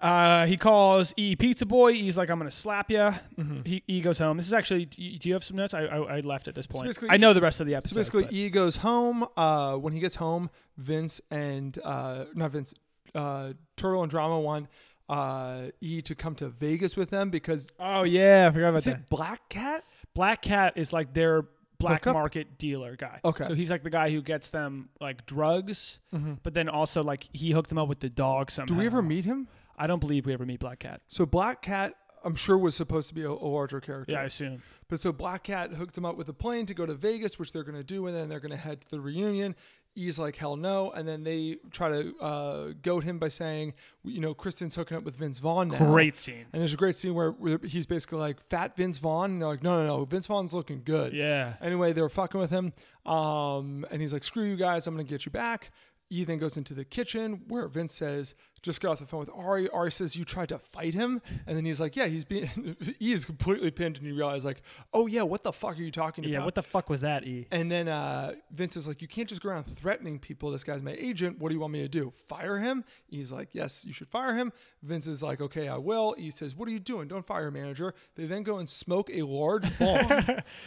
uh, he calls E Pizza Boy. He's like, I'm gonna slap ya.
Mm-hmm.
He, he goes home. This is actually. Do you do you have some notes? I I, I left at this point.
basically- E
I know the rest of the
So
episode.
basically,
but-
E goes home. Uh, when he gets home, Vince and uh, not Vince, uh, Turtle and Drama want uh, E to come to Vegas with them because
oh yeah, I forgot about
is
that.
it Black Cat?
Black Cat is like their black
Hookup?
market dealer guy.
Okay. Mm-hmm.
so he's like the guy who gets them like drugs, but then also like he hooked them up with the dog somehow.
Do we ever meet him?
I don't believe we ever meet Black Cat.
So Black Cat, I'm sure was supposed to be a, a larger character.
Yeah, I assume.
But so Black Cat hooked him up with a plane to go to Vegas, which they're going to do, and then they're going to head to the reunion. E's like, hell no. And then they try to uh, goad him by saying, you know, Kristen's hooking up with Vince Vaughn now.
Great scene.
And there's a great scene where, where he's basically like, fat Vince Vaughn. And they're like, no, no, no, Vince Vaughn's looking good.
Yeah.
Anyway, they were fucking with him. Um, and he's like, screw you guys, I'm going to get you back. E then goes into the kitchen where Vince says, just got off the phone with Ari. Ari says, you tried to fight him. And then he's like, yeah, he's being, E is completely pinned. And you realize, like, oh, yeah, what the fuck are you talking
Yeah,
about?
what the fuck was that, E?
and then uh, Vince is like, you can't just go around threatening people. This guy's my agent. What do you want me to do? Fire him? He's like, yes, you should fire him. Vince is like, okay, I will. E says, what are you doing? Don't fire a manager. They then go and smoke a large bomb.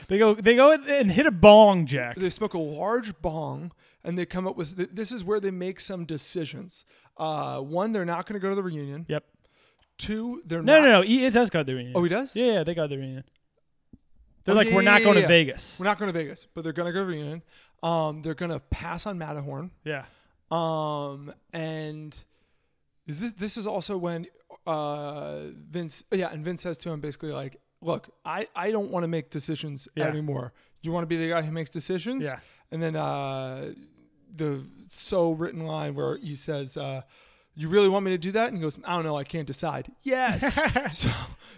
They go they go and hit a bong, Jack.
they smoke a large bong and they come up with th- this is where they make some decisions. Uh, one, they're not going to go to the reunion.
Yep.
Two, they're
No,
not,
no, no. E, it does go to the reunion.
Oh, he does?
Yeah, yeah, they go to the reunion. They're
Oh,
like,
yeah,
we're
yeah,
not
yeah,
going
yeah.
to Vegas.
We're not going to Vegas, but they're going to go to the reunion. Um, they're going to pass on Matterhorn.
yeah.
Um, and is this this is also when uh, Vince? Yeah, and Vince says to him basically like, "Look, I I don't want to make decisions
Yeah.
anymore. You want to be the guy who makes decisions."
Yeah.
And then uh, the so written line where he says, uh, "You really want me to do that?" And he goes, "I don't know. I can't decide." Yes. so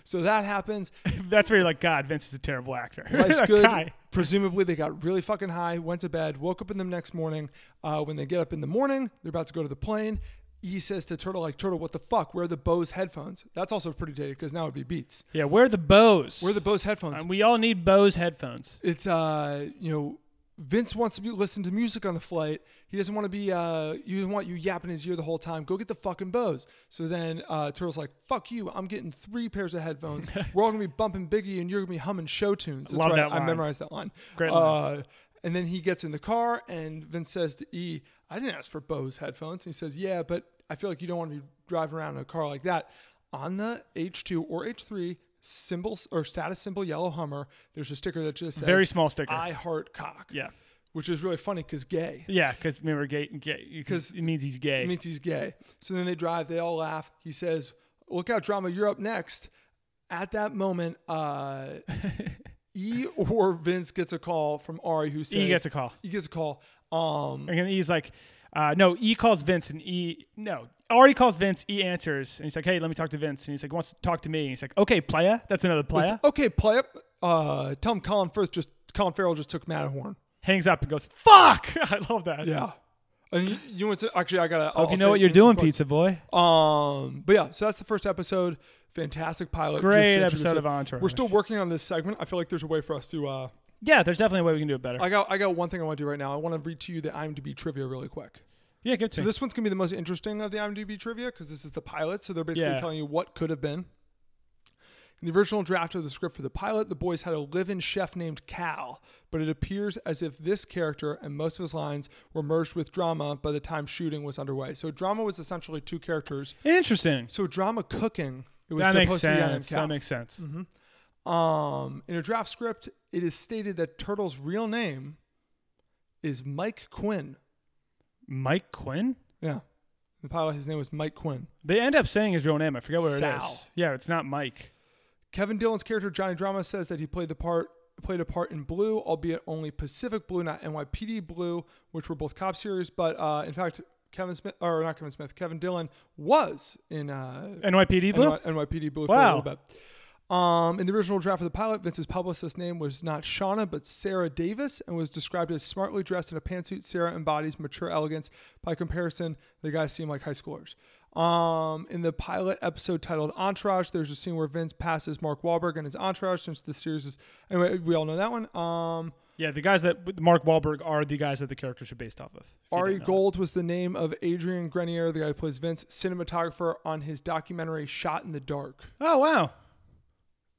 so that happens.
That's where you're like, God, Vince is a terrible actor.
Life's
That
good.
guy.
Presumably, they got really fucking high, went to bed, woke up in the next morning. Uh, when they get up in the morning, they're about to go to the plane. E says to Turtle, like, Turtle, what the fuck? Where are the Bose headphones? That's also pretty dated because now it'd be Beats.
Yeah, where are the Bose?
Where are the Bose headphones?
And we all need Bose headphones.
it's, uh, you know, Vince wants to be, listen to music on the flight. He doesn't want to be, uh, you doesn't want you yapping his ear the whole time. Go get the fucking Bose. So then uh, Turtle's like, fuck you. I'm getting three pairs of headphones. We're all going to be bumping Biggie and you're going to be humming show tunes. That's
Love
right.
that
I
line.
memorized that line.
Great
Uh,
line.
uh, and then he gets in the car, and Vince says to E, I didn't ask for Bose headphones. And he says, Yeah, but I feel like you don't want to be driving around in a car like that. On the H2 or H3 symbol or status symbol yellow Hummer, there's a sticker that just says,
Very small sticker.
I heart cock.
Yeah.
Which is really funny because gay.
Yeah, because remember, gay, gay, because
'Cause
it means he's gay.
It means he's gay. So then they drive, they all laugh. He says, Look out, drama, you're up next. At that moment, uh, E or Vince gets a call from Ari who says,
E gets a call.
He gets a call. Um,
and he's like, uh, no, E calls Vince and E, no, Ari calls Vince, E answers, and he's like, hey, let me talk to Vince. And he's like, wants to talk to me. And he's like, okay, playa. That's another playa.
it's, okay, play up. Uh, tell him Colin first just Colin Farrell just took Matterhorn.
Hangs up and goes, fuck. I love that.
Yeah. And you, you want to actually? I gotta.
Hope you know what you're doing, pizza boy.
Um, but yeah, so that's the first episode. Fantastic pilot.
Great
Just to
episode
introduce
of
it.
Entourage.
We're still working on this segment. I feel like there's a way for us to. Uh,
Yeah, there's definitely a way we can do it better.
I got. I got one thing I want to do right now. I want to read to you the IMDb trivia really quick.
yeah, give it to
So
me.
this one's gonna be the most interesting of the IMDb trivia because this is the pilot. So they're basically
Yeah.
telling you what could have been. In the original draft of the script for the pilot, the boys had a live-in chef named Cal, but it appears as if this character and most of his lines were merged with drama by the time shooting was underway. So drama was essentially two characters.
Interesting.
So drama cooking. It was
That
supposed
makes
to be on him,
sense.
Cal. Mm-hmm.
That makes sense.
Um, in a draft script, it is stated that Turtle's real name is Mike Quinn.
Mike Quinn.
Yeah, in the pilot, his name was Mike Quinn.
They end up saying his real name. I forget where it is.
Sal.
Yeah, it's not Mike.
Kevin Dillon's character Johnny Drama says that he played the part played a part in Blue, albeit only Pacific Blue, not NYPD Blue, which were both cop series. But uh, in fact, Kevin Smith or not Kevin Smith, Kevin Dillon was in uh,
NYPD Blue.
NY- NYPD Blue for a
Wow.
little bit. Um, in the original draft of the pilot, Vince's publicist's name was not Shauna but Sarah Davis, and was described as smartly dressed in a pantsuit. Sarah embodies mature elegance. By comparison, the guys seem like high schoolers. Um, in the pilot episode titled "Entourage," there's a scene where Vince passes Mark Wahlberg and his entourage. Since the series is anyway, we all know that one. Um,
yeah, the guys that Mark Wahlberg are the guys that the characters are based off of. if you
Ari
didn't know.
Gold was the name of Adrian Grenier, the guy who plays Vince, cinematographer on his documentary "Shot in the Dark."
Oh wow.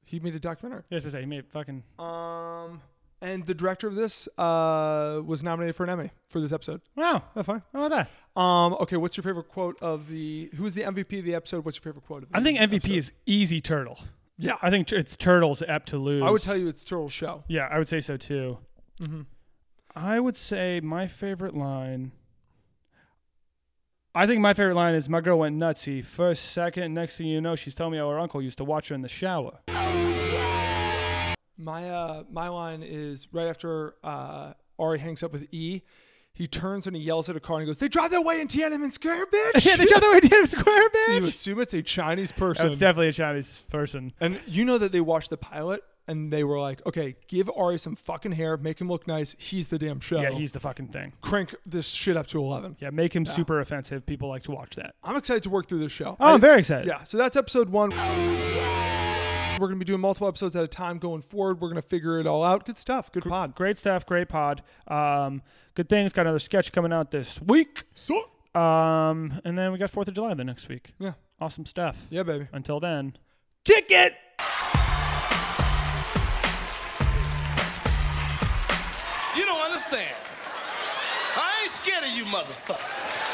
He made a documentary.
Yeah, I was gonna say, he made fucking.
Um, and the director of this uh, was nominated for an Emmy for this episode.
Wow.
That's fine.
How about that?
Um, okay, what's your favorite quote of the? Who was the MVP of the episode? What's your favorite quote of the?
I think MVP
episode?
is easy turtle.
Yeah,
I think t- it's turtles apt to lose.
I would tell you it's Turtle Show.
Yeah, I would say so too. Mm-hmm. I would say my favorite line. I think my favorite line is my girl went nutsy. First, second, next thing you know, she's telling me how her uncle used to watch her in the shower.
My uh, my line is right after uh, Ari hangs up with E. He turns and he yells at a car and he goes, "They drive that way in Tiananmen Square, bitch!"
yeah, they tried to Tiananmen Square,
So you
bitch.
assume it's a Chinese
That's
person,
definitely a Chinese person.
and you know that they watched the pilot and they were like, "Okay, give Ari some fucking hair, make him look nice. He's the damn show."
Yeah, he's the fucking thing.
crank this shit up to 11.
Yeah, make him super offensive. People like to watch that.
I'm excited to work through this show.
Oh,
I-
I'm very excited.
Yeah, so that's episode one. We're going to be doing multiple episodes at a time going forward. We're going to figure it all out. Good stuff. Good pod.
Great stuff, great pod. Um, good things. Got another sketch coming out this week.
So,
Um, and then we got Fourth of July the next week.
yeah.
Awesome stuff.
Yeah, baby.
Until then.
Kick it!
You don't understand. I ain't scared of you motherfuckers.